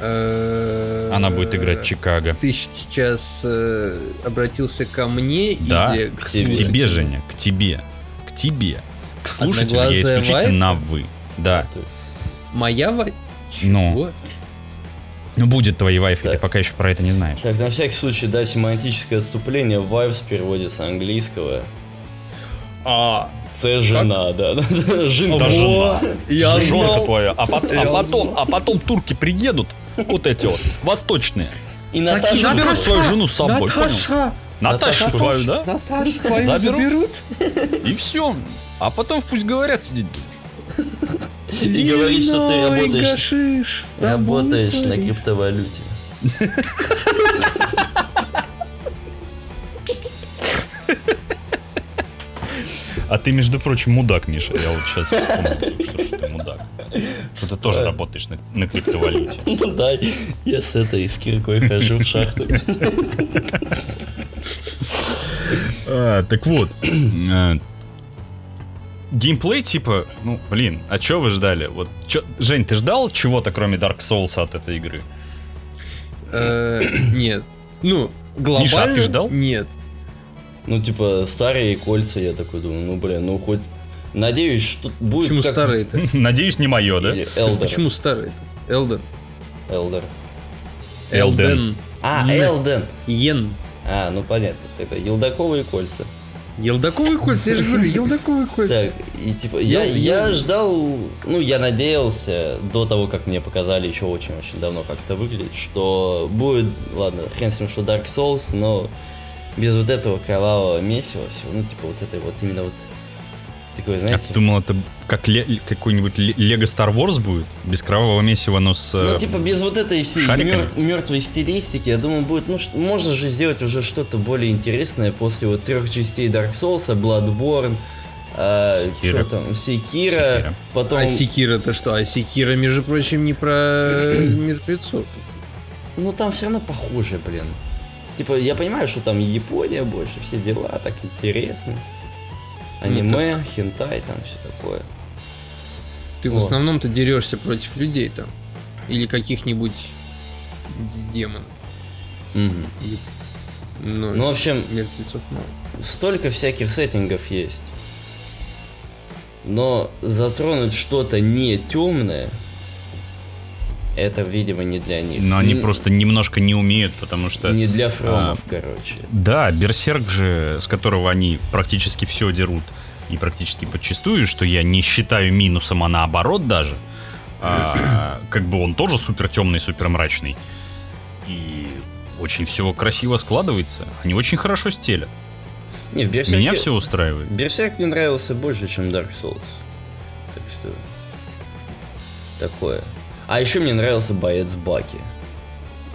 Она
Она
будет играть Чикаго.
Э, Ты сейчас э, обратился ко мне
Да,
или к
К
слушателю?
тебе, Женя, к тебе. К тебе. К слушателю я
Одноглазая
исключительно
вайфа?
на вы. Да.
Моя Вай?
Ну. Ну будет твоей вайфой, ты
Так.
пока еще про это не знаешь.
Так, на всякий случай, да, семантическое отступление. Wives переводится с английского.
А,
Це жена, да. Жена.
Та жена.
я
Жжё
знал.
такое. А, пот- а
Я
потом, а потом турки приедут, вот эти вот, восточные,
И
Так и
Наташа
заберут свою жену с собой, понял?
А Наташа!
Наташу твою, да?
Наташа, твою
Заберут?
заберут?
И все. А потом пусть говорят сидеть будешь.
и говорит, что ты
Ой,
работаешь,
Гашиш, с тобой
работаешь на
говорит.
криптовалюте.
А ты, между прочим, мудак, Миша. Я вот сейчас вспомнил, что, ж ты мудак. Что ты тоже работаешь на, на криптовалюте.
Ну да, я с этой, с киркой хожу в шахту.
А, так вот. э, Геймплей типа, ну, блин, а чё вы ждали? Вот, чё- Жень, ты ждал чего-то, кроме Dark Souls от этой игры?
Э, Нет. Ну, глобально...
Миша, а ты ждал?
Нет.
Ну, типа, старые кольца, я такой думаю, ну, блин, ну, хоть... Надеюсь, что будет
Почему
как-
старые-то?
Надеюсь, не мое, да?
Или Элдер.
Почему старые-то? Элден.
Элдер.
Элден.
А,
Не.
Элден.
Йен.
А, ну, понятно, это елдаковые кольца.
Елдаковые кольца, я же говорю, елдаковые кольца.
Так, и типа, я,
Ну,
я
я-
ждал, ну, я надеялся, до того, как мне показали еще очень-очень давно, как это выглядит, что будет, ладно, хрен с ним, что Dark Souls, но без вот этого кровавого месива всего, ну, типа, вот этой вот именно вот такой,
Я
знаете,
думал, это как ле- какой-нибудь ле- Лего Star Wars будет, без кровавого месива, но с... э,
Ну, типа, без вот этой всей
шариками.
мертвой стилистики, я думаю, будет, ну, ш- можно же сделать уже что-то более интересное после вот трех частей Dark Souls, Bloodborne, а,
Секира.
чё там, Секира,
Секира.
потом...
А Секира-то что? А Секира, между прочим, не про мертвецов.
Ну, там все равно похоже, блин. Типа, я понимаю, что там Япония больше, все дела, так интересно.
Ну,
Аниме, хентай, там все такое.
Ты в
Вот.
основном-то дерешься против людей там. Или каких-нибудь д- демонов. Или- Но
Ну, в общем,
мертвецов мало.
столько всяких сеттингов есть. Но затронуть что-то не темное, это, видимо, не для них.
Но они
Н-
просто немножко не умеют, потому что...
Не для фромов,
А.
короче.
Да, Берсерк же, с которого они практически все дерут, и практически подчистую, что я не считаю минусом, а наоборот даже, а, как бы он тоже супер темный, супер мрачный. И очень все красиво складывается. Они очень хорошо стелят.
Не, в Берсерке...
Меня все устраивает.
Берсерк мне нравился больше, чем Dark Souls. Так что... Такое. А еще мне нравился боец Баки.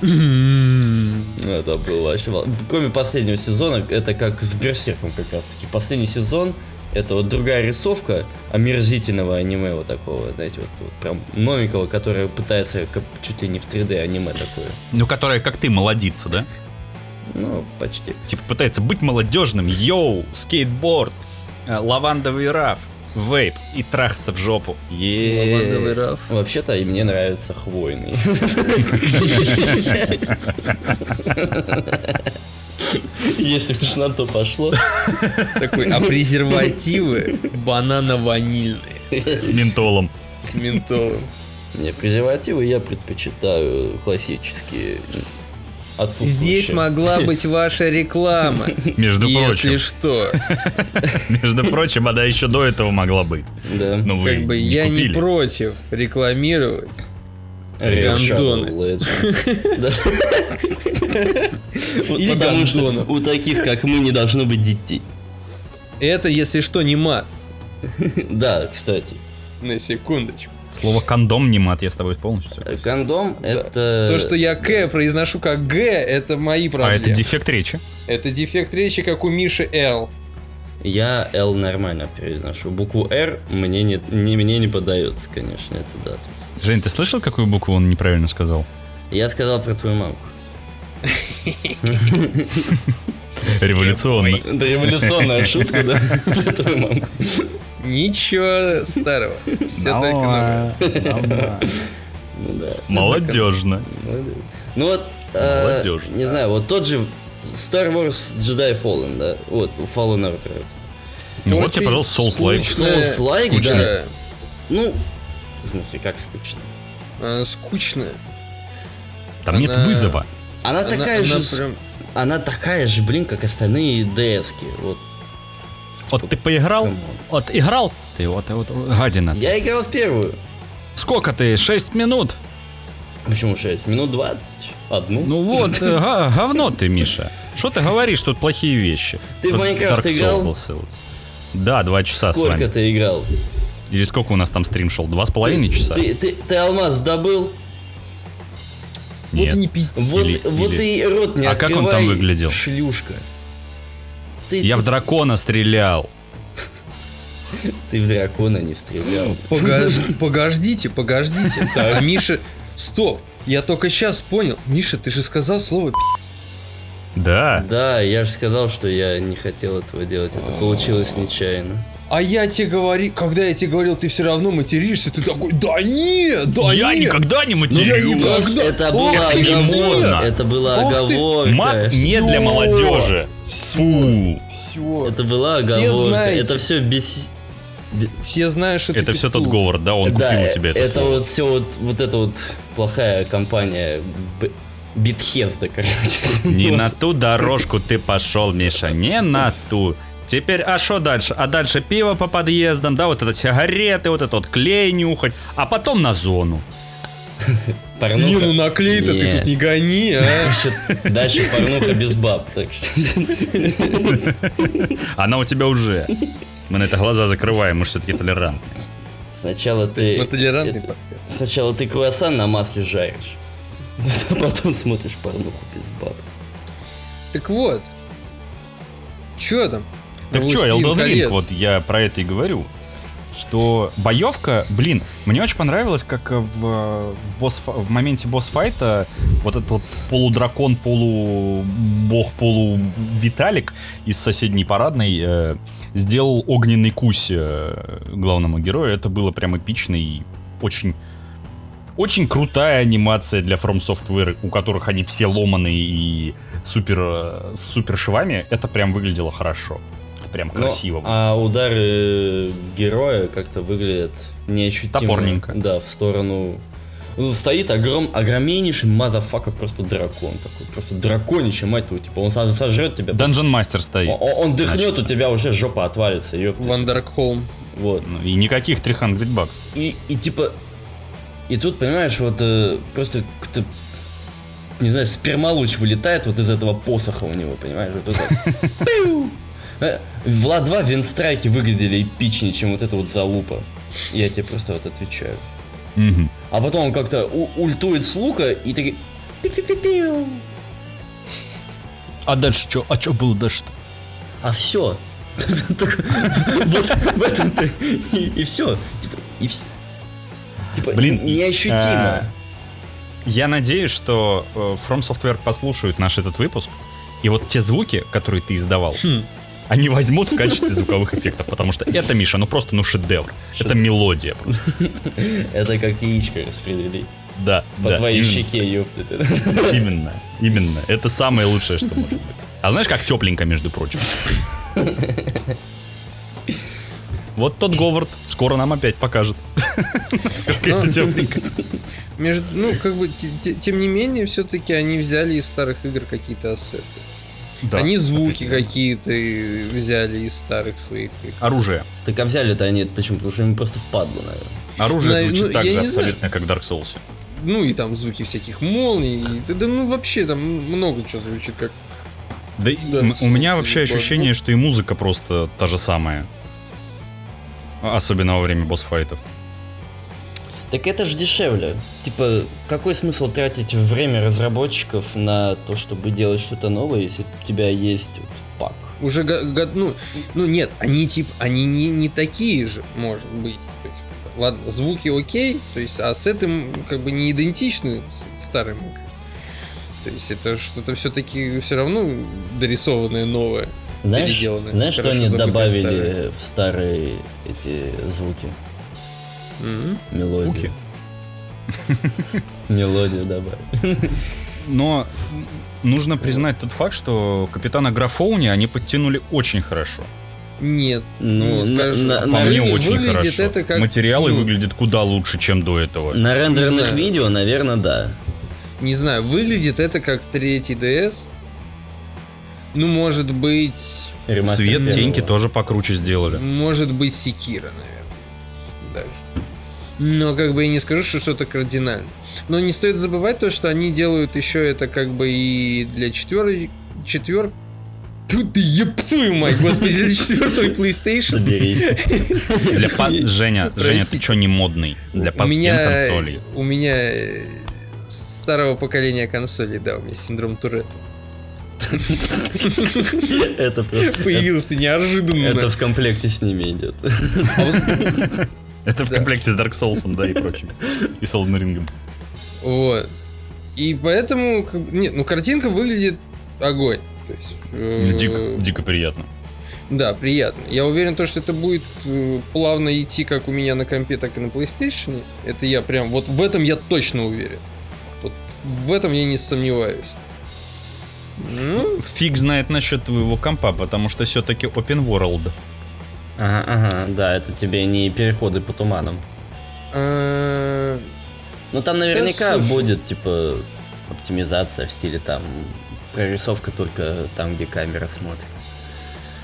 Ну, Это было вообще... вол- Кроме последнего сезона, это как с Берсерком как раз таки. Последний сезон, это вот другая рисовка омерзительного аниме вот такого, знаете, вот, вот прям новенького, которое пытается как чуть ли не в 3D аниме такое.
Ну, которая, как ты, молодится, да?
Ну, почти.
Типа пытается быть молодежным. Йоу, скейтборд, э, лавандовый раф, вейп и трахаться в жопу. Е-е-е.
Лавандовый раф.
Вообще-то и мне нравится хвойный. Если уж на то пошло.
Такой, а презервативы банано-ванильные
С ментолом.
с ментолом.
Не, презервативы я предпочитаю классические. отсутствующая.
Здесь могла быть ваша реклама.
Между
Если
прочим,
что,
между прочим, она еще до этого могла быть.
Да.
Ну, вы
как бы я не
купили.
против рекламировать. Гандоны.
Да. Вот
Или
Потому что
гандонов.
у таких, как мы, не должно быть детей.
Это, если что, не мат.
Да, кстати.
На секундочку.
Слово кондом не мат, я с тобой полностью
Э,
согласен.
Кондом это...
То, что я К произношу как Г, это мои
А
проблемы.
это дефект речи.
Это дефект речи, как у Миши Л.
Я L нормально произношу. Букву R мне не, не- мне не подается, конечно, это да. То есть
Жень, ты слышал, какую букву он неправильно сказал?
Я сказал про твою мамку.
Революционно.
Да революционная шутка, да? Про твою мамку.
Ничего старого. Все только новое.
Давай, давай.
Ну да.
Молодежно.
Ну да. Ну вот, э,
Молодежь.
не знаю, вот тот же Star Wars Jedi Fallen, да? Вот, Fallen Order. вот.
Ну вот
Очень
тебе, пожалуйста, Souls Like.
скучное-
Souls-like,
скучное.
Ну, в смысле, как скучно.
Э, Скучное.
Там нет
Она-
вызова.
Она,
Она-
такая
она
же, с-
прям-
она такая же, блин, как остальные DS-ки. Вот.
Вот ты поиграл,
Камон.
вот играл, ты вот, ты вот гадина.
Я играл в первую.
Сколько ты? 6 минут?
Почему 6? Минут 20? Одну?
Ну вот, э, га- говно ты, Миша. Что ты говоришь, тут плохие вещи.
Ты в
Вот
Майнкрафт
Dark Souls
играл?
был ссылаться. Да, два часа с
Сколько
вами.
ты играл?
Или сколько у нас там стрим шел? Два с половиной часа?
Ты, ты, ты алмаз добыл?
Нет.
Вот и не пизди.
Вот,
Или-
вот
или-
и рот не
А как он там
открывай,
выглядел?
Шлюшка. Ты,
Я
ты-
в дракона стрелял.
ты в дракона не
Ну,
стрелял.
Погож- Погодите, погодите. А Миша... Стоп. Я только сейчас понял. Миша, ты же сказал слово пи***.
Да.
Да, я же сказал, что я не хотел этого делать. Это получилось нечаянно.
А я тебе говори, когда я тебе говорил, ты все равно материшься, ты такой, да нет, да
Я
А нет.
никогда не
Ну, я не
матерю.
прав.
Просто
Когда?
это
Ох
было
ты,
оговорка.
извини.
Это было
Ох ты.
оговорка.
Мат не для
Всё.
молодежи. Фу.
Все,
Это была
Все
оговорка.
знаете.
Это все без...
все знают, что ты
Это все
петух.
тот говор, да? Он
да,
купил у тебя это слово.
вот все вот, вот эта вот плохая компания Б- Бетхезда, короче.
Не на ту дорожку ты пошел, Миша, не на ту. Теперь, а что дальше? А дальше пиво по подъездам, да, вот это сигареты, вот этот вот клей нюхать, а потом на зону.
Порнуха.
Не, ну наклей-то ты
Не.
тут не гони, а.
Дальше- Дальше порнуха без баб. Так что...
Она у тебя уже. Мы на это глаза закрываем, мы все-таки толерантны.
Сначала ты...
Ну,
Мы толерантный
это-
подкаст.
Сначала ты круассан на масле жаришь. А потом смотришь порнуху без баб.
Так вот. Че там?
Так
Властелин
что, Elden Ring,
колец.
вот я про это и говорю, что боевка, блин, мне очень понравилось, как в, в, босс, в моменте босс-файта вот этот вот полудракон, полубог, полувиталик из соседней парадной э, сделал огненный кусь э, главному герою. Это было прям эпично и очень... Очень крутая анимация для From Software, у которых они все ломаны и супер, э, с супер швами. Это прям выглядело хорошо. Это прям
Ну,
красиво. было.
а удары героя как-то выглядят неощутимо.
Топорненько.
Да, в сторону... Ну, Стоит огром, огромнейший мазафака, просто дракон такой. Просто драконище, мать твою, типа, он сож- сожрет тебя.
Dungeon Master
О-
стоит.
о- Он, дыхнет,
Значит,
у тебя уже жопа отвалится, ёпта.
Вандерхолм.
Вот.
Ну, И никаких 300 баксов.
И, и типа... И тут, понимаешь, вот э, просто как-то, не знаю, спермолуч вылетает вот из этого посоха у него, понимаешь? Вот это. Пиу! Э, Вла 2 винстрайки выглядели эпичнее, чем вот эта вот залупа. Я тебе просто вот отвечаю.
Мгм.
А потом он как-то у- ультует с лука и таки... пи-пи-пи-пиу.
А дальше что? А что было дальше-то?
А все. Вот в этом-то и- и все. И вс- Типа,
Блин, и-
неощутимо.
а, Я надеюсь, что э, From Software послушают наш этот выпуск. И вот те звуки, которые ты издавал,
Хм.
они возьмут в качестве звуковых эффектов. Потому что это, Миша, ну просто ну шедевр. Это мелодия. просто.
Это как яичко распределить.
Да.
По
да,
твоей
именно,
щеке, ёпты. ты.
Именно. Именно. Это самое лучшее, что может быть. А знаешь, как тепленько, между прочим. Вот тот Говард с скоро нам опять покажет. Насколько
Ну,
это тепленько.
Между, ну, как бы, те- те- тем не менее, все-таки они взяли из старых игр какие-то ассеты.
Да,
они звуки
определенно.
какие-то и взяли из старых своих э, игр.
Оружие.
Так а взяли-то они это почему? Потому что им просто впадло, наверное.
Оружие
Ну,
звучит
ну,
так
я
же
не знаю.
абсолютно, как в Dark Souls.
Ну и там звуки всяких молний. и да, да, ну вообще там много чего звучит как.
Да, и
Да,
м- у
слушай,
меня вообще
ну,
ощущение, что и музыка просто та же самая. А- Особенно во время босс-файтов.
Так это же дешевле. Типа, какой смысл тратить время разработчиков на то, чтобы делать что-то новое, если у тебя есть вот пак?
Уже га- га- ну, ну нет, они типа, они не, не такие же, может быть. То есть, ладно, звуки окей, то есть ассеты м, как бы не идентичны с- старым. играм. То есть это что-то все-таки все равно дорисованное новое.
Знаешь,
Переделанное,
знаешь что
хорошо
они
забытое
добавили
старое.
в старые эти звуки?
Мгм.
Мелодию.
Звуки?
Мелодию добавили.
Но нужно признать тот факт, что капитана Графоуни они подтянули очень хорошо.
Нет.
Ну,
не скажу.
на- на-
По
на
мне
Вы-
очень
выглядит
хорошо.
это как,
Материалы
ну,
выглядят куда лучше, чем до этого.
На рендерных
знаю.
видео, наверное, да.
Не знаю, выглядит это как третий DS. Ну, может быть...
Ремастер
Цвет
первого.
теньки тоже покруче сделали.
Может быть, Секира, наверное. Даже. Но как бы я не скажу, что что-то кардинально. Но не стоит забывать то, что они делают еще это как бы и для четвертой... Четвер... Тут ты еб твою мать, господи, для четвертой PlayStation.
Соберись.
Для па- Женя, Женя, ты чё не модный? Для
у меня,
консолей.
У меня э, старого поколения консолей, да, у меня синдром Туретта.
Это просто...
Появился неожиданно.
Это в комплекте с ними идет.
А вот-
Это в
Да.
комплекте с Dark Souls, да, и прочим. И с Elden Ring.
Вот. И поэтому, как бы- нет, ну картинка выглядит огонь. То есть, э,
Ну, Дико, дико приятно.
Да, приятно. Я уверен, то, что это будет э, плавно идти как у меня на компе, так и на PlayStation. Это я прям, вот в этом я точно уверен. Вот в этом я не сомневаюсь. Ну,
Фиг знает насчет твоего компа, потому что все-таки open world.
Ага, ага, да, это тебе не переходы по туманам.
э,
Ну там наверняка
слушай.
будет, типа, оптимизация в стиле там прорисовка только там, где камера смотрит.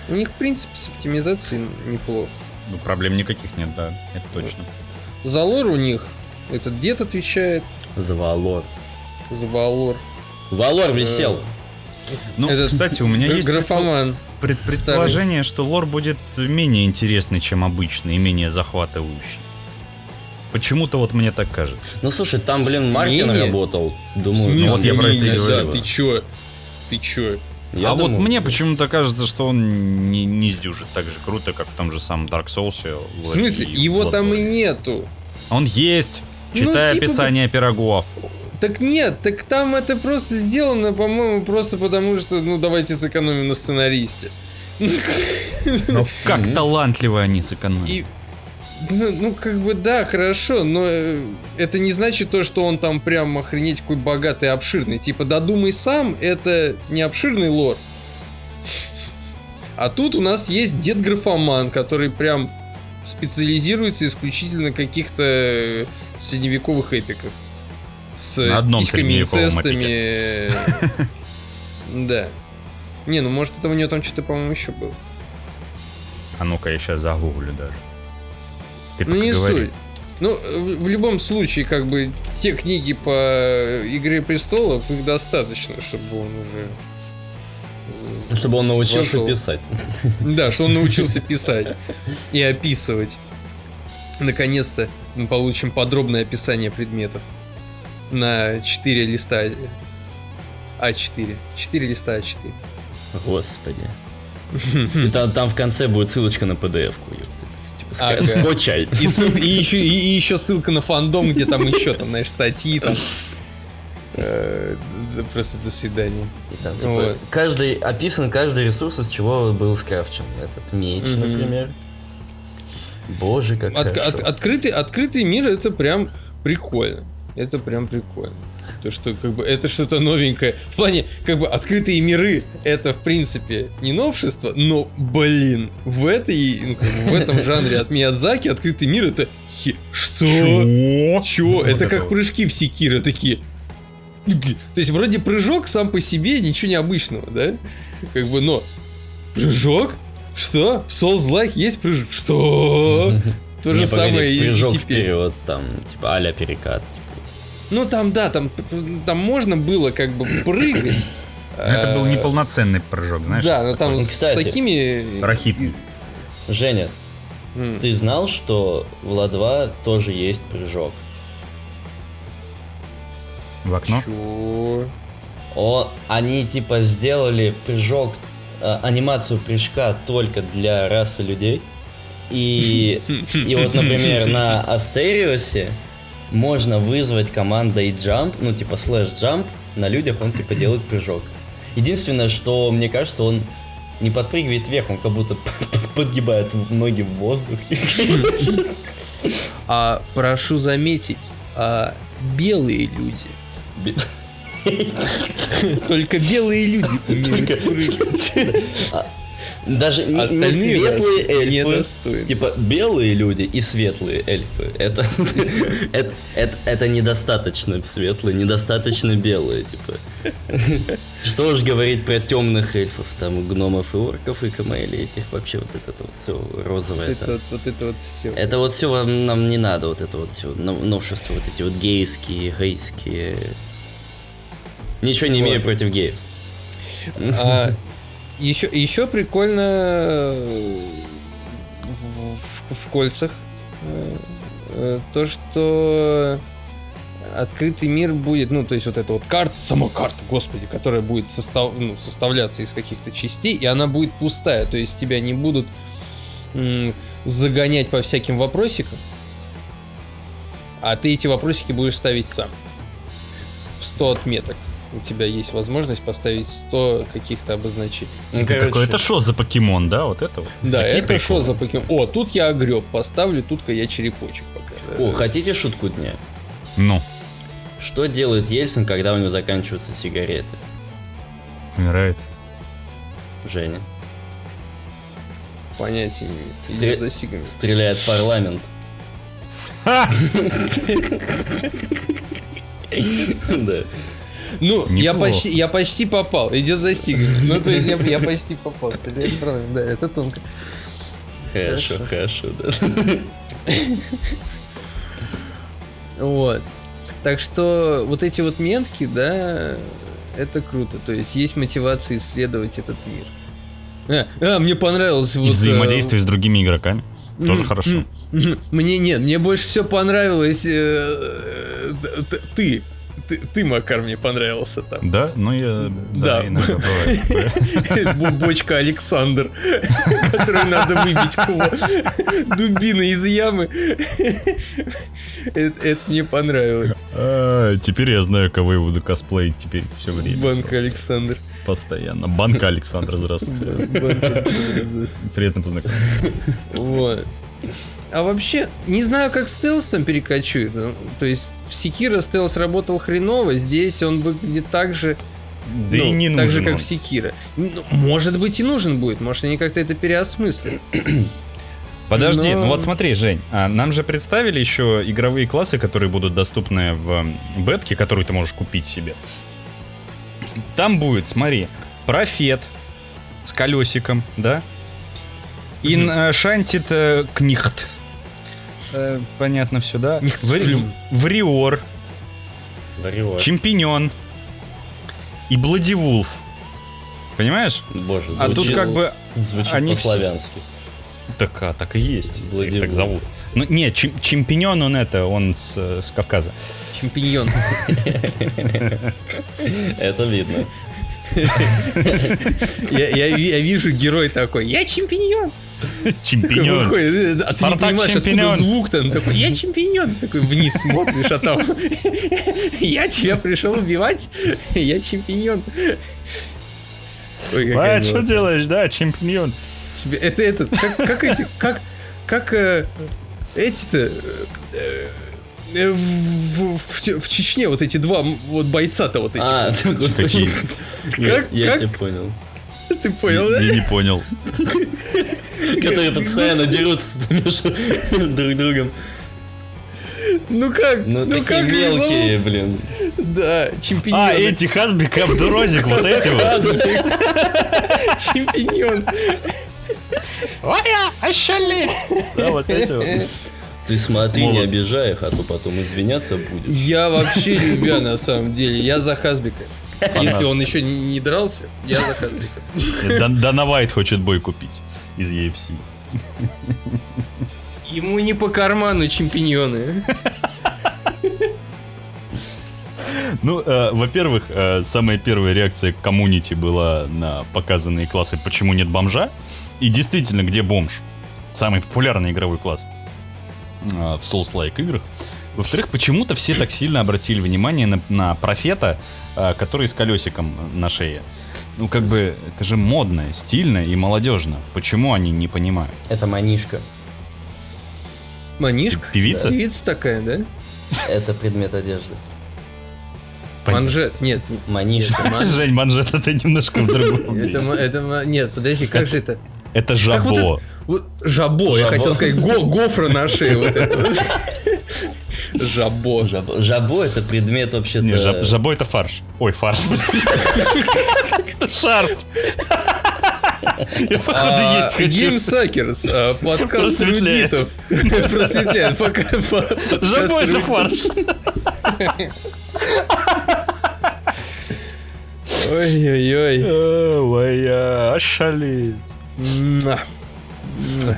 у них, в принципе, с оптимизацией неплохо.
Ну, проблем никаких нет, да, это точно.
За лор у них этот дед отвечает,
За Валор.
за Валор.
Валор висел.
Ну,
Этот
кстати, у меня
Гра-
есть
Э, Графоман.
пред- предположение, что лор будет менее интересный, чем обычный, и менее захватывающий. Почему-то вот мне так кажется.
Ну слушай, там, блин, Мартин
Мнение?
работал. Думаю,
В
ну
смысле?
вот я про это и
Нельзя,
говорю.
Ты чё? Ты чё?
я
а вот
думаю,
мне
да.
почему-то кажется, что он не, не сдюжит так же круто, как в том же самом Dark Souls.
В смысле? Его там и нету.
Он есть.
Ну,
Читай
типа,
описание пирогов.
Так нет, так там это просто сделано, по-моему, просто потому что, ну, давайте сэкономим на сценаристе.
Ну, как
Мгм.
талантливо они сэкономили.
И, ну, ну, как бы да, хорошо, но э, это не значит то, что он там прям охренеть какой богатый и обширный. Типа, додумай сам, это не обширный лор. А тут у нас есть дед графоман, который прям специализируется исключительно на каких-то средневековых эпиках. С
На одном
письками,
средневековом
инцестами. э, Да. Не, ну может это у него там что-то, по-моему, еще было.
А ну-ка, я сейчас загуглю даже. Ты
Ну
пока
не
говори.
суть. Ну, э, в в любом случае, как бы, те книги по «Игре престолов», их достаточно, чтобы он уже...
Чтобы он научился
Вошел.
писать.
Да, что он научился писать и описывать. Наконец-то мы получим подробное описание предметов на 4 листа А4. 4 листа А А4.
Господи. И там, там в конце будет ссылочка на PDF-ку. ёпта. Типа, ска-
Ага.
Скачай.
И, ссыл- и еще, и, и еще ссылка на фандом, где там еще, там, знаешь, статьи, там. Э, да Просто до свидания.
И там, типа,
Вот.
каждый, описан каждый ресурс, из чего был скрафчен. Этот меч,
Мгм.
например. Боже, как
От-
хорошо.
от- открытый, открытый мир это прям прикольно. Это прям прикольно. То, что как бы это что-то новенькое. В плане, как бы открытые миры это в принципе не новшество, но блин, в этой, ну, как бы, в этом жанре от Миядзаки открытый мир это хе- что?
Чего?
Чего?
Вот
это
это
как
вот.
прыжки в секиры такие. То есть вроде прыжок сам по себе ничего необычного, да? Как бы, но прыжок? Что? В Souls-like есть прыжок? Что? То же
Не, погоди,
самое и-
прыжок
и теперь.
вперед, там, типа, а-ля перекат.
Ну там да, там, там можно было как бы прыгать.
Это был
А,
неполноценный прыжок, знаешь?
Да, но там
такой.
с
Ну, Кстати.
такими...
Рахитный.
Женя,
М.
ты знал, что в Ла 2 тоже есть прыжок?
В окно?
Чё?
О, они типа сделали прыжок, э, анимацию прыжка только для расы людей. И, и вот, например, на Астериосе можно вызвать командой джамп, ну типа слэш джамп, на людях он типа делает прыжок. Единственное, что мне кажется, он не подпрыгивает вверх, он как будто подгибает ноги в воздух.
А прошу заметить, а, белые люди. Только белые люди умеют
Только-
прыгать.
Даже не- не
Остальные
светлые
расы
эльфы,
недостойны.
Типа белые люди и светлые эльфы. Это, это, это, это недостаточно светлые, недостаточно белые, типа. Что уж говорить про темных эльфов, там гномов и орков и камелей, этих вообще вот это вот все розовое.
Это
Это,
вот- вот это вот все.
это вот все вам нам не надо, вот это вот все новшества, вот эти вот гейские, гейские. Ничего не имею
Вот.
против геев.
еще, еще А, прикольно э, в, в- в кольцах э, э, то, что открытый мир будет, ну, то есть вот эта вот карта, сама карта, господи, которая будет состав, ну, составляться из каких-то частей, и она будет пустая, то есть тебя не будут м, загонять по всяким вопросикам, а ты эти вопросики будешь ставить сам в 100 отметок. У тебя есть возможность поставить 100 каких-то обозначений.
Ну,
И ты
короче,
такой, это что за покемон, да? Вот это вот.
Да,
Такие
это что
приколы.
за покемон? О, тут я огреб поставлю, тут-ка я черепочек пока.
О, хотите шутку дня?
Ну,
Что делает Ельцин, когда у него заканчиваются сигареты?
умирает.
Женя.
Понятия не имею.
Стре-
Идёт за сигами.
Стреляет парламент. Да.
Ну, я
Неплохо.
почти, я почти попал. Идет за сигами. Ну, то есть я, я почти попал. Стреляет правильно. Да, это тонко.
Хорошо, хорошо, да.
Вот. Так что вот эти вот метки, да, это круто. То есть есть мотивация исследовать этот мир. А, а, мне понравилось
И
вот, э,
взаимодействие с другими игроками. Тоже
М,
хорошо.
м, м. Мне нет, мне больше всего понравилось э, т- т- ты. Ты, ты, Макар, мне понравился там.
Да, ну я...
Да.
Да, иногда бывает такое.
Бу- Бочка Александр, которую надо выбить кого. Дубина из ямы. Это это мне понравилось.
А, Теперь я знаю, кого я буду косплеить теперь все время.
Банка
Просто
Александр.
Постоянно. Банка Александра,
Да,
здравствуйте.
банка Александр.
Приятно познакомиться.
Вот. А вообще, не знаю, как стелс там перекочует. Ну, То есть в Секира стелс работал хреново, здесь он выглядит так же,
Да и
ну,
не нужен
так же, как
он.
в Секира. Ну, может быть и нужен будет, может они как-то это переосмыслят.
Подожди,
Но-
ну вот смотри, Жень, а нам же представили еще игровые классы, которые будут доступны в м, бетке, которую ты можешь купить себе. Там будет, смотри, профет с колесиком, да? Ин э, шантит э, книхт. Э, Понятно все, да? Ври- Вриор,
Вариор.
чемпиньон и бладивулф. Понимаешь?
Боже,
А тут
звучит,
как бы
звучит
они
по-славянски.
Так, а, так и есть.
Владимир.
Их так зовут. Ну, нет, чем, чемпиньон он это, он с, э, с Кавказа.
Чемпиньон.
Это видно.
Я, я- я вижу герой такой, я чемпиньон. Такой
Чемпиньон.
выходит, э, а ты не
Спартак
понимаешь, откуда
чемпиньон.
звук-то. Он такой, я чемпиньон. Такой вниз смотришь, а там я тебя пришел убивать, я чемпиньон. Ой, какая
А, что
милота.
делаешь, да, чемпиньон.
Тебе- Это этот, как, как эти, как, как э, эти-то э, э, э, в, в- в Чечне вот эти два м, вот бойца-то вот эти.
А, ты
Такие.
как,
Я
как
тебя понял.
ты понял, да?
Я не понял.
Которые постоянно дерутся между друг другом.
Ну как?
Ну, такие
как я зову?
мелкие, блин.
Да, чемпиньоны.
А, эти Хазбик и Абдурозик, вот эти вот.
Чемпиньон.
Да, вот эти вот.
Ты смотри, не
Молодцы.
обижай их, а то потом извиняться будешь.
Я вообще любя, на самом деле. Я за Хазбика. Если он еще не, не дрался, я за Хазбика.
Дон- Дана Вайт хочет бой купить из EFC.
Ему не по карману чемпиньоны.
Ну, э, во-первых, э, самая первая реакция коммунити была на показанные классы «Почему нет бомжа?» И действительно, где бомж? Самый популярный игровой класс э, в Souls-like играх. Во-вторых, почему-то все так сильно обратили внимание на, на профета, э, который с колесиком на шее. Ну, как бы, это же модно, стильно и молодежно. Почему они не понимают?
Это манишка.
Манишка?
Певица?
Певица такая, да?
Это предмет одежды.
Понятно.
Манжет. Нет, не-
Манишка.
Жень, манжет, это немножко в другом
это, ма-
месте.
это, ма- нет, подожди, как же это?
Это
Как
жабо.
вот это- Вот, жабо, я
Жабо.
хотел сказать, го- гофра на шее вот это. вот. Жабо.
Жабо, жабо это предмет вообще-то...
Не, жаб- жабо это фарш. Ой, фарш. Шарф. Я, походу, есть хочу.
А, Джим Сакерс, а, подкаст
Просветляет.
Рудитов. Просветляет. Пока- по-
Жабо это
подкаст
фарш.
Рудитов. Ой-ой-ой.
Ой, ошалеть.
Муа.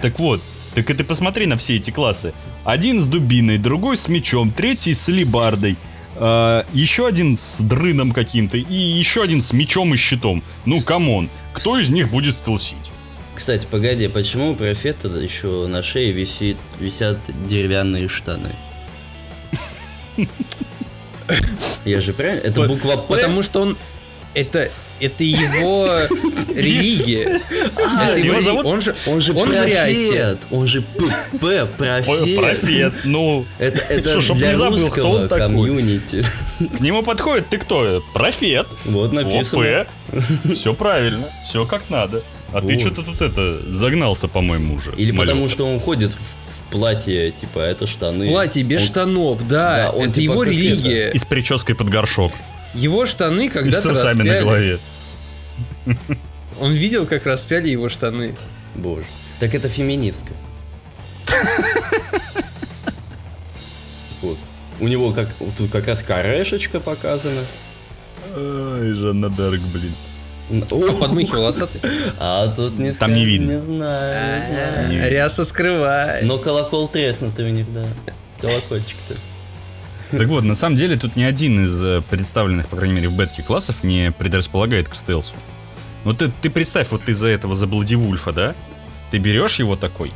Так вот, так и ты посмотри на все эти классы. Один с дубиной, другой с мечом, третий с либардой. еще один с дрыном каким-то и еще один с мечом и щитом. Ну, камон, кто из них будет стелсить?
Кстати, погоди, почему у профета еще на шее висит, висят деревянные штаны? Я же правильно? Это
По-
буква П?
Потому что он... Это, это его религия. Это
А, его
религия.
зовут-
Он же,
Он же
он в рясе.
профет! Он же ПП,
Ой,
профет! Э,
профет, ну,
Это, это
Что, чтоб
для
не забыл, кто
русского
он такой.
комьюнити.
к нему подходит, ты кто? Профет.
Вот написано.
Все правильно, все как надо. А ты
Вот.
что-то тут это загнался, по-моему, уже.
Или
малёк.
потому что он ходит в, в платье, типа, а это штаны.
В платье без
Он-
штанов, да.
Да, он
это
типа
его
как
религия.
И с прической под горшок.
Его штаны
И с
когда-то
трусами
распяли.
на голове.
Он видел, как распяли его штаны.
Боже. Так это феминистка. Типа, у него как тут как раз корешечка показана.
Ай, Жанна Дарк, блин.
Кто подмыхивал лосатый?
А тут А не
Там не
ска-
видно.
Не знаю, не
А,
знаю.
Не-
Ряса скрывает.
Но колокол треснутый у них, да. Колокольчик-то.
Так вот, на самом деле тут ни один из э, представленных, по крайней мере, в бетке классов не предрасполагает к стелсу. Ну ты, ты представь, вот ты из-за этого за Вульфа, да? Ты берешь его такой,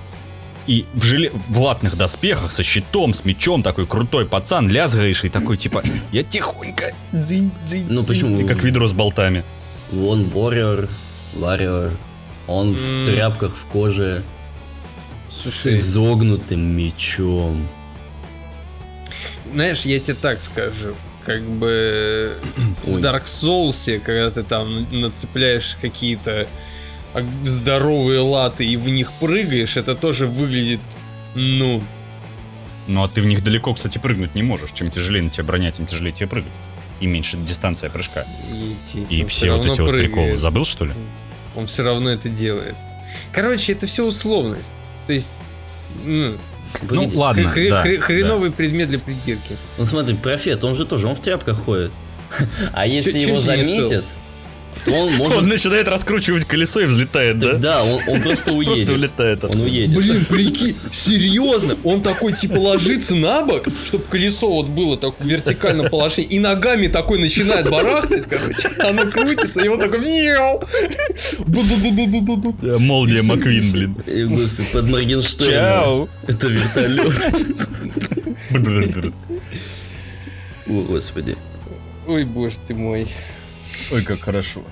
и в, желе... в латных доспехах, со щитом, с мечом, такой крутой пацан, лязгаешь и такой, типа, я тихонько, дзинь, дзинь,
Ну,
дзинь».
почему?
И как ведро с болтами.
Вон Warrior, Warrior. Он в
М.
тряпках, в коже,
Слушай.
с изогнутым мечом.
Знаешь, я тебе так скажу. Как бы в
Ой.
Dark Souls, когда ты там нацепляешь какие-то ог- здоровые латы и в них прыгаешь, это тоже выглядит, ну,
Ну, а ты в них далеко, кстати, прыгнуть не можешь. Чем тяжелее на тебя броня, тем тяжелее тебе прыгать. И меньше дистанция прыжка. И
Ну,
и
все вот эти вот приколы. Забыл, что ли?
Он все равно это делает. Короче, это все условность. То есть, ну,
Погоди.
Ну, ладно,
хре- хре-
да,
хре-
да.
хреновый предмет для придирки.
Ну смотри, профет, он же тоже, он в тряпках ходит. А если
чем
его
тебе не
заметят, то он
Он
может...
начинает раскручивать колесо и взлетает, да?
Да, он, он просто
Просто
уедет.
улетает.
Он уедет.
Блин, прикинь, серьезно, он такой типа ложится на бок, чтобы колесо вот было так в вертикальном положении, и ногами такой начинает барахтать, короче, оно крутится, и он такой мяу. Бу-бу-бу-бу-бу-бу.
Э, Молния
И всё.
Маквин, блин.
Э, Господи, под Моргенштерна. Это вертолет.
Бр-бр-бр.
О, господи.
Ой, боже ты мой.
Ой, как хорошо.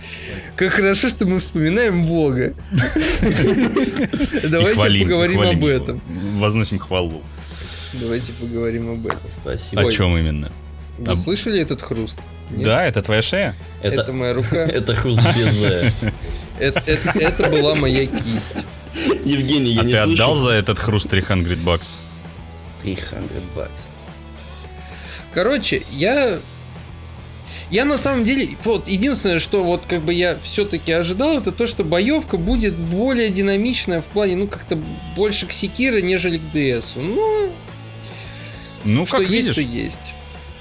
Как хорошо, что мы вспоминаем Бога.
И
Давайте
хвалим, и
поговорим
хвалим
об
его.
этом.
Возносим хвалу.
Давайте поговорим об этом.
Спасибо.
О
Ой.
чем именно?
Вы
Об-
слышали этот хруст? Нет?
Да, это твоя шея?
Это,
Это,
моя рука.
это хруст безе.
Это, это- это была моя кисть.
Евгений, я
а
не
ты отдал
слышал.
за этот хруст 300 бакс?
300 баксов.
Короче, я... Я на самом деле, вот, единственное, что вот как бы я все-таки ожидал, это то, что боевка будет более динамичная в плане, ну, как-то больше к Секиро, нежели к ДСу. Ну,
Ну,
что
как
есть,
видишь.
то есть.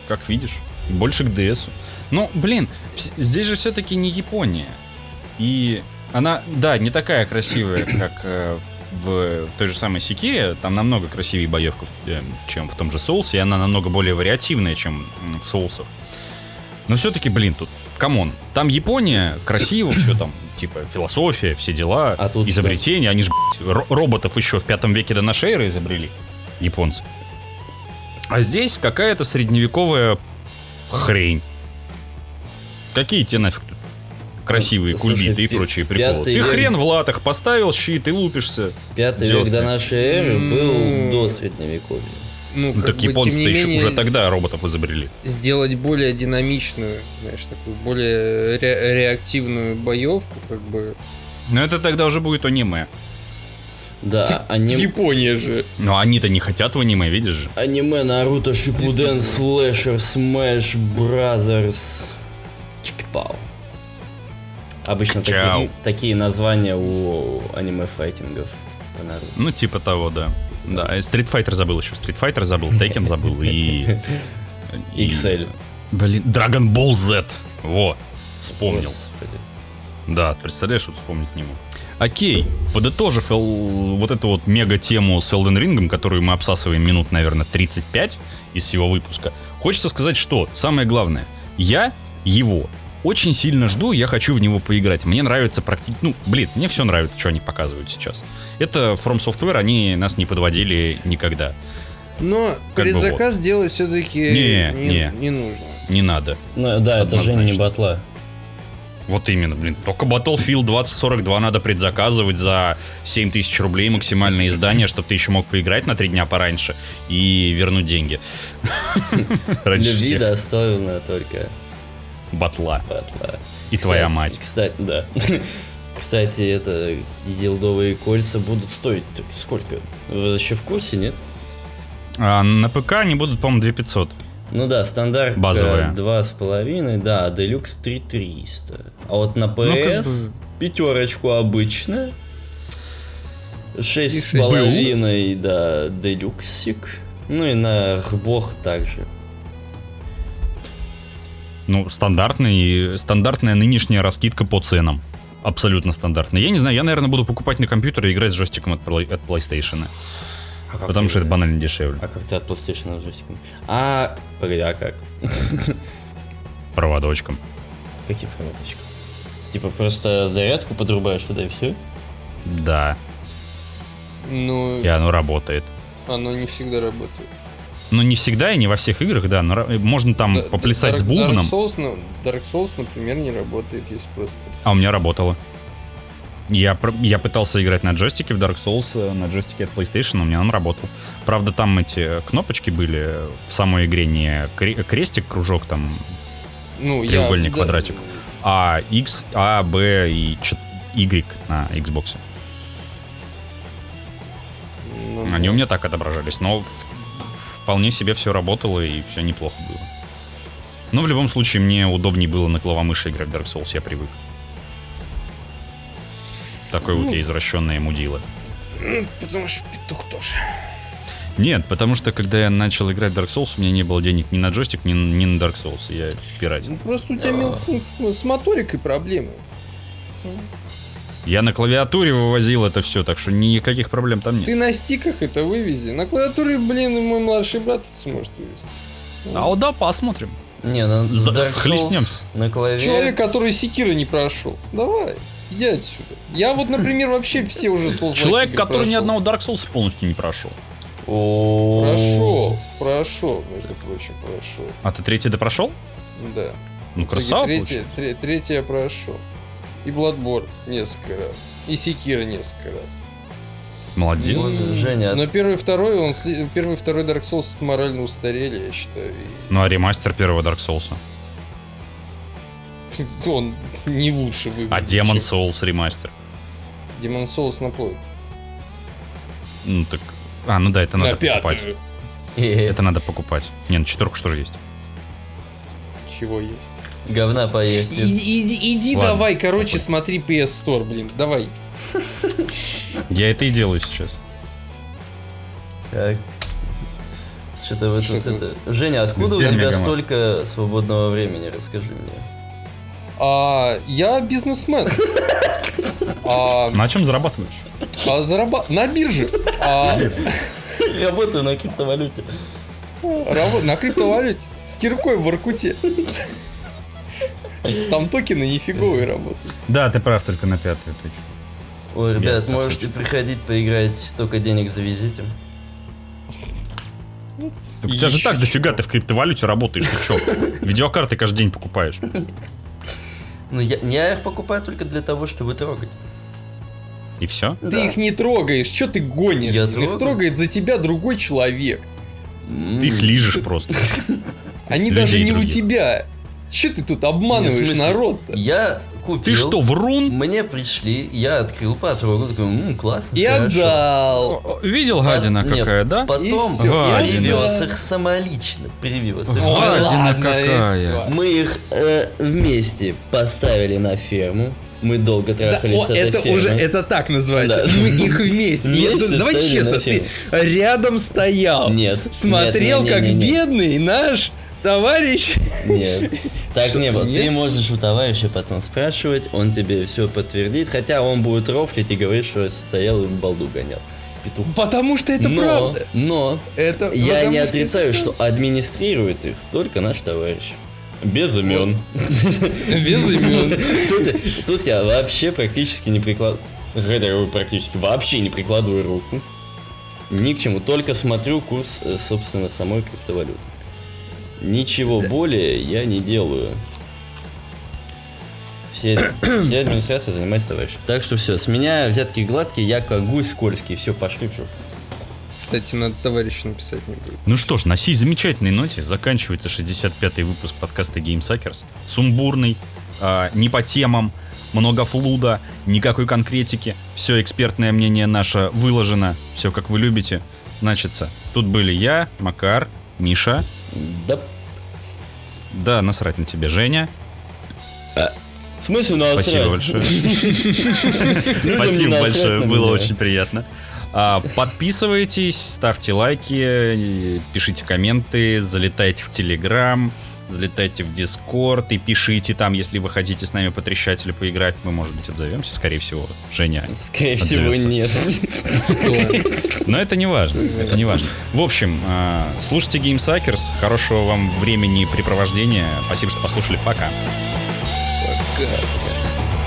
Как видишь. Больше к ДСу. Ну, блин, вс- здесь же все-таки не Япония. И она, да, не такая красивая, как э, в той же самой Секире. Там намного красивее боевка, э, чем в том же Соусе. И она намного более вариативная, чем м, в Соусах. Но все-таки, блин, тут, камон, там Япония, красиво все там, типа, философия, все дела,
А тут
изобретения. Они же, роботов еще в пятом веке до нашей эры изобрели японцы. А здесь какая-то средневековая хрень. Какие тебе нафиг тут красивые
Слушай,
кульбиты и
пи-
прочие приколы?
пятый
Ты
век-
хрен в латах поставил щит и лупишься.
Пятый век
Звёздный.
до нашей эры
М.
был до средневековья.
Ну,
Ну,
как
так
бы, тем
японцы-то
не
еще
менее,
уже тогда роботов изобрели.
сделать более динамичную, знаешь, такую более ре- реактивную боевку, как бы.
Но это тогда уже будет аниме.
Да, а аниме,
Япония же.
Но они-то не хотят в аниме, видишь же.
аниме Наруто Шипуден Слэшер Смэш Бразерс Чикпау. Обычно
Чау.
такие, такие названия у аниме файтингов по Наруто.
Ну, типа того, да. Да, и Street Fighter забыл еще. Street Fighter забыл, Tekken забыл и... и-
XL.
Блин, Dragon Ball Z. Во, вспомнил.
Господи.
Да, представляешь, вот вспомнить не мог. Окей, подытожив эл- вот эту вот мега-тему с Elden Ring, которую мы обсасываем минут, наверное, 35 из всего выпуска, хочется сказать, что самое главное, я его очень сильно жду, я хочу в него поиграть. Мне нравится практически... Ну, блин, мне все нравится, что они показывают сейчас. Это From Software, они нас не подводили никогда.
Но
Как бы
предзаказ делать все-таки
Не,
не,
не.
не нужно.
Не надо.
Ну да, это же не
Однозначно.
батла.
Вот именно, блин. Только Battlefield 2042 надо предзаказывать за 7000 рублей максимальное издание, чтобы ты еще мог поиграть на три дня пораньше и вернуть деньги. Раньше
Любви
всех
достойна только
батла.
батла.
И
Кстати-
твоя мать.
Кстати, да. Кстати, это елдовые кольца будут стоить сколько? Вы вообще в курсе, нет?
А на ПК они будут, по-моему, 2500.
Ну да, стандарт
Базовая.
два с половиной, да, а Deluxe 3300. А вот на
Ну, как
PS пятерочку обычно.
И
Шесть с
шесть.
половиной, да, делюксик. Ну и на Рбох также.
Ну, стандартный, стандартная нынешняя раскидка по ценам. Абсолютно стандартная. Я не знаю, я, наверное, буду покупать на компьютер и играть с джойстиком от, Play- от PlayStation.
А как
Потому
ты
что это
играешь?
банально дешевле.
А как ты от PlayStation на джойстиком? А, погоди, а как?
Проводочком.
Какие проводочки? Типа просто зарядку подрубаешь туда и все?
Да.
Ну,
И оно работает.
оно не всегда работает.
Ну, не всегда и не во всех играх, да, но ра- можно там
Да-
поплясать
Dark-
с бубном,
Dark Souls, на- Dark Souls, например, не работает, если просто...
а у меня работало. Я, пр- я пытался играть на джойстике в Dark Souls, э, на джойстике от PlayStation, у меня он работал. Правда, там эти э, кнопочки были э, в самой игре не кре- крестик, кружок там,
Ну, я-
Треугольник,
да,
квадратик. а X, А, Б и чё- Y на Xbox.
ну,
Они А у меня так отображались, но в- вполне себе все работало и все неплохо было. Но в любом случае мне удобнее было на клавомыше играть в Dark Souls, я привык. Такой вот я извращенная мудила.
Потому что петух тоже.
Нет, потому что когда я начал играть в Dark Souls, у меня не было денег ни на джойстик, ни, ни на Dark Souls. Я пиратил.
Ну, просто у тебя мел- ну, с моторикой проблемы.
Я на клавиатуре вывозил это все, так что никаких проблем там нет.
Ты на стиках это вывези. На клавиатуре, блин, мой младший брат это сможет вывести. Ну,
А вот да, посмотрим.
Не, на
За-
Dark Souls
схлестнёмся.
на клаве.
Человек, который Секира не прошел. Давай, иди отсюда. Я вот, например, вообще все уже Souls-like
Человек,
игры
который ни
прошел.
одного Dark Souls полностью не прошел.
О.
Прошел, прошел, между прочим, прошел.
А ты третий да прошел?
Да.
Ну, красава
Третье,
получилась.
тре- третье я прошел. И Bloodborne несколько раз. И Секира несколько раз.
Молодец.
Ну,
Женя,
Но первый и второй, он, сли- первый и второй Dark Souls морально устарели, я считаю. и
Ну а ремастер первого Dark Souls.
Он не лучше выглядит.
А Demon
чем
Souls ремастер.
Demon Souls на плойку.
Ну так. А, ну да, это надо
На
покупать.
пятую.
э,
Это надо покупать. Не, на четверку что же есть?
Чего есть?
говна поесть.
И- и- Иди
Ладно,
давай, короче,
похуй.
смотри PS Store, блин. Давай.
Я это и делаю сейчас.
Так. Что-то вы тут
Что-то-
это... Женя, откуда у
Здесь
тебя
Мегаман.
столько свободного времени, расскажи мне.
А, я бизнесмен. А,
На чем зарабатываешь?
а зараба- На бирже. А,
Работаю на криптовалюте.
рабо- на криптовалюте. С киркой в Иркуте. Там токены нифиговые работают.
Да, ты прав, только на пятую точно.
Ой,
Я
ребят,
совсем
можете
чуть-чуть.
приходить поиграть, только денег завезите.
Так у тебя же
Ещё
так дофига ты в криптовалюте работаешь, ты чё? Видеокарты каждый день покупаешь.
Ну, я, я их покупаю только для того, чтобы трогать.
И все?
Ты
Да.
их не трогаешь, что ты гонишь?
Я
блин?
трогаю.
Их трогает за тебя другой человек.
М.
Ты их лижешь просто.
Они
Людей
даже не у
других.
тебя. Че ты тут
Не, в
обманываешь
смысле?
народ-то?
Я купил.
Ты что, врун?
Мне пришли, я открыл, потрогал, такой, ммм, классно,
И
хорошо».
отдал.
Видел,
гадина
гадина
Нет. какая,
какая, да?
Потом
И всё,
я
привез
тебя-
их самолично, привез их.
Ну
гадина
ладно, и
какая.
всё.
Мы их э, вместе поставили на ферму. Мы долго
Да,
трахались
о,
с этой
это
фермой.
уже это так называется.
Да.
Мы их вместе. Я-
Вместе
давай
ставили на
честно, ты
ферму.
рядом стоял,
Нет.
смотрел,
Нет, не-
как
не- не- не.
бедный наш товарищ.
Нет, так
Что,
не было.
нет?
Ты можешь у товарища потом спрашивать, он тебе все подтвердит, хотя он будет рофлить и говорит, что стоял и балду гонял. Петух.
Потому что это
но,
правда.
но
Это
я
потому
не
что-
отрицаю, что администрирует их только наш товарищ. Без имен.
без имен.
Тут, тут я вообще практически не прикладываю. Хотя я практически вообще не прикладываю руку. Ни к чему. Только смотрю курс, э, собственно, самой криптовалюты. Ничего более я не делаю. Все, все администрация занимается товарищ. Так что все, с меня взятки гладкие, я как гусь скользкий, все, пошли в жопу.
Кстати, надо товарищу написать не будет.
Ну что ж, на сей замечательной ноте заканчивается 65-й выпуск подкаста GameSuckers. Сумбурный, а, не по темам, много флуда, никакой конкретики. Все экспертное мнение наше выложено, все как вы любите. Значится, тут были я, Макар, Миша,
Да.
да, насрать на тебе, Женя.
В смысле насрать?
Спасибо большое. Спасибо
насрать
большое,
на
было
меня.
очень приятно. А, Подписывайтесь, ставьте лайки, и пишите комменты, залетайте в Телеграм, залетайте в Дискорд и пишите там, если вы хотите с нами потрещать или поиграть, мы, может быть, отзовемся, скорее всего, Женя.
Скорее всего,
Отзовется.
нет.
Но это не важно, это не важно. В общем, а, слушайте GameSuckers, хорошего вам времени препровождения, спасибо, что послушали, пока.
Пока.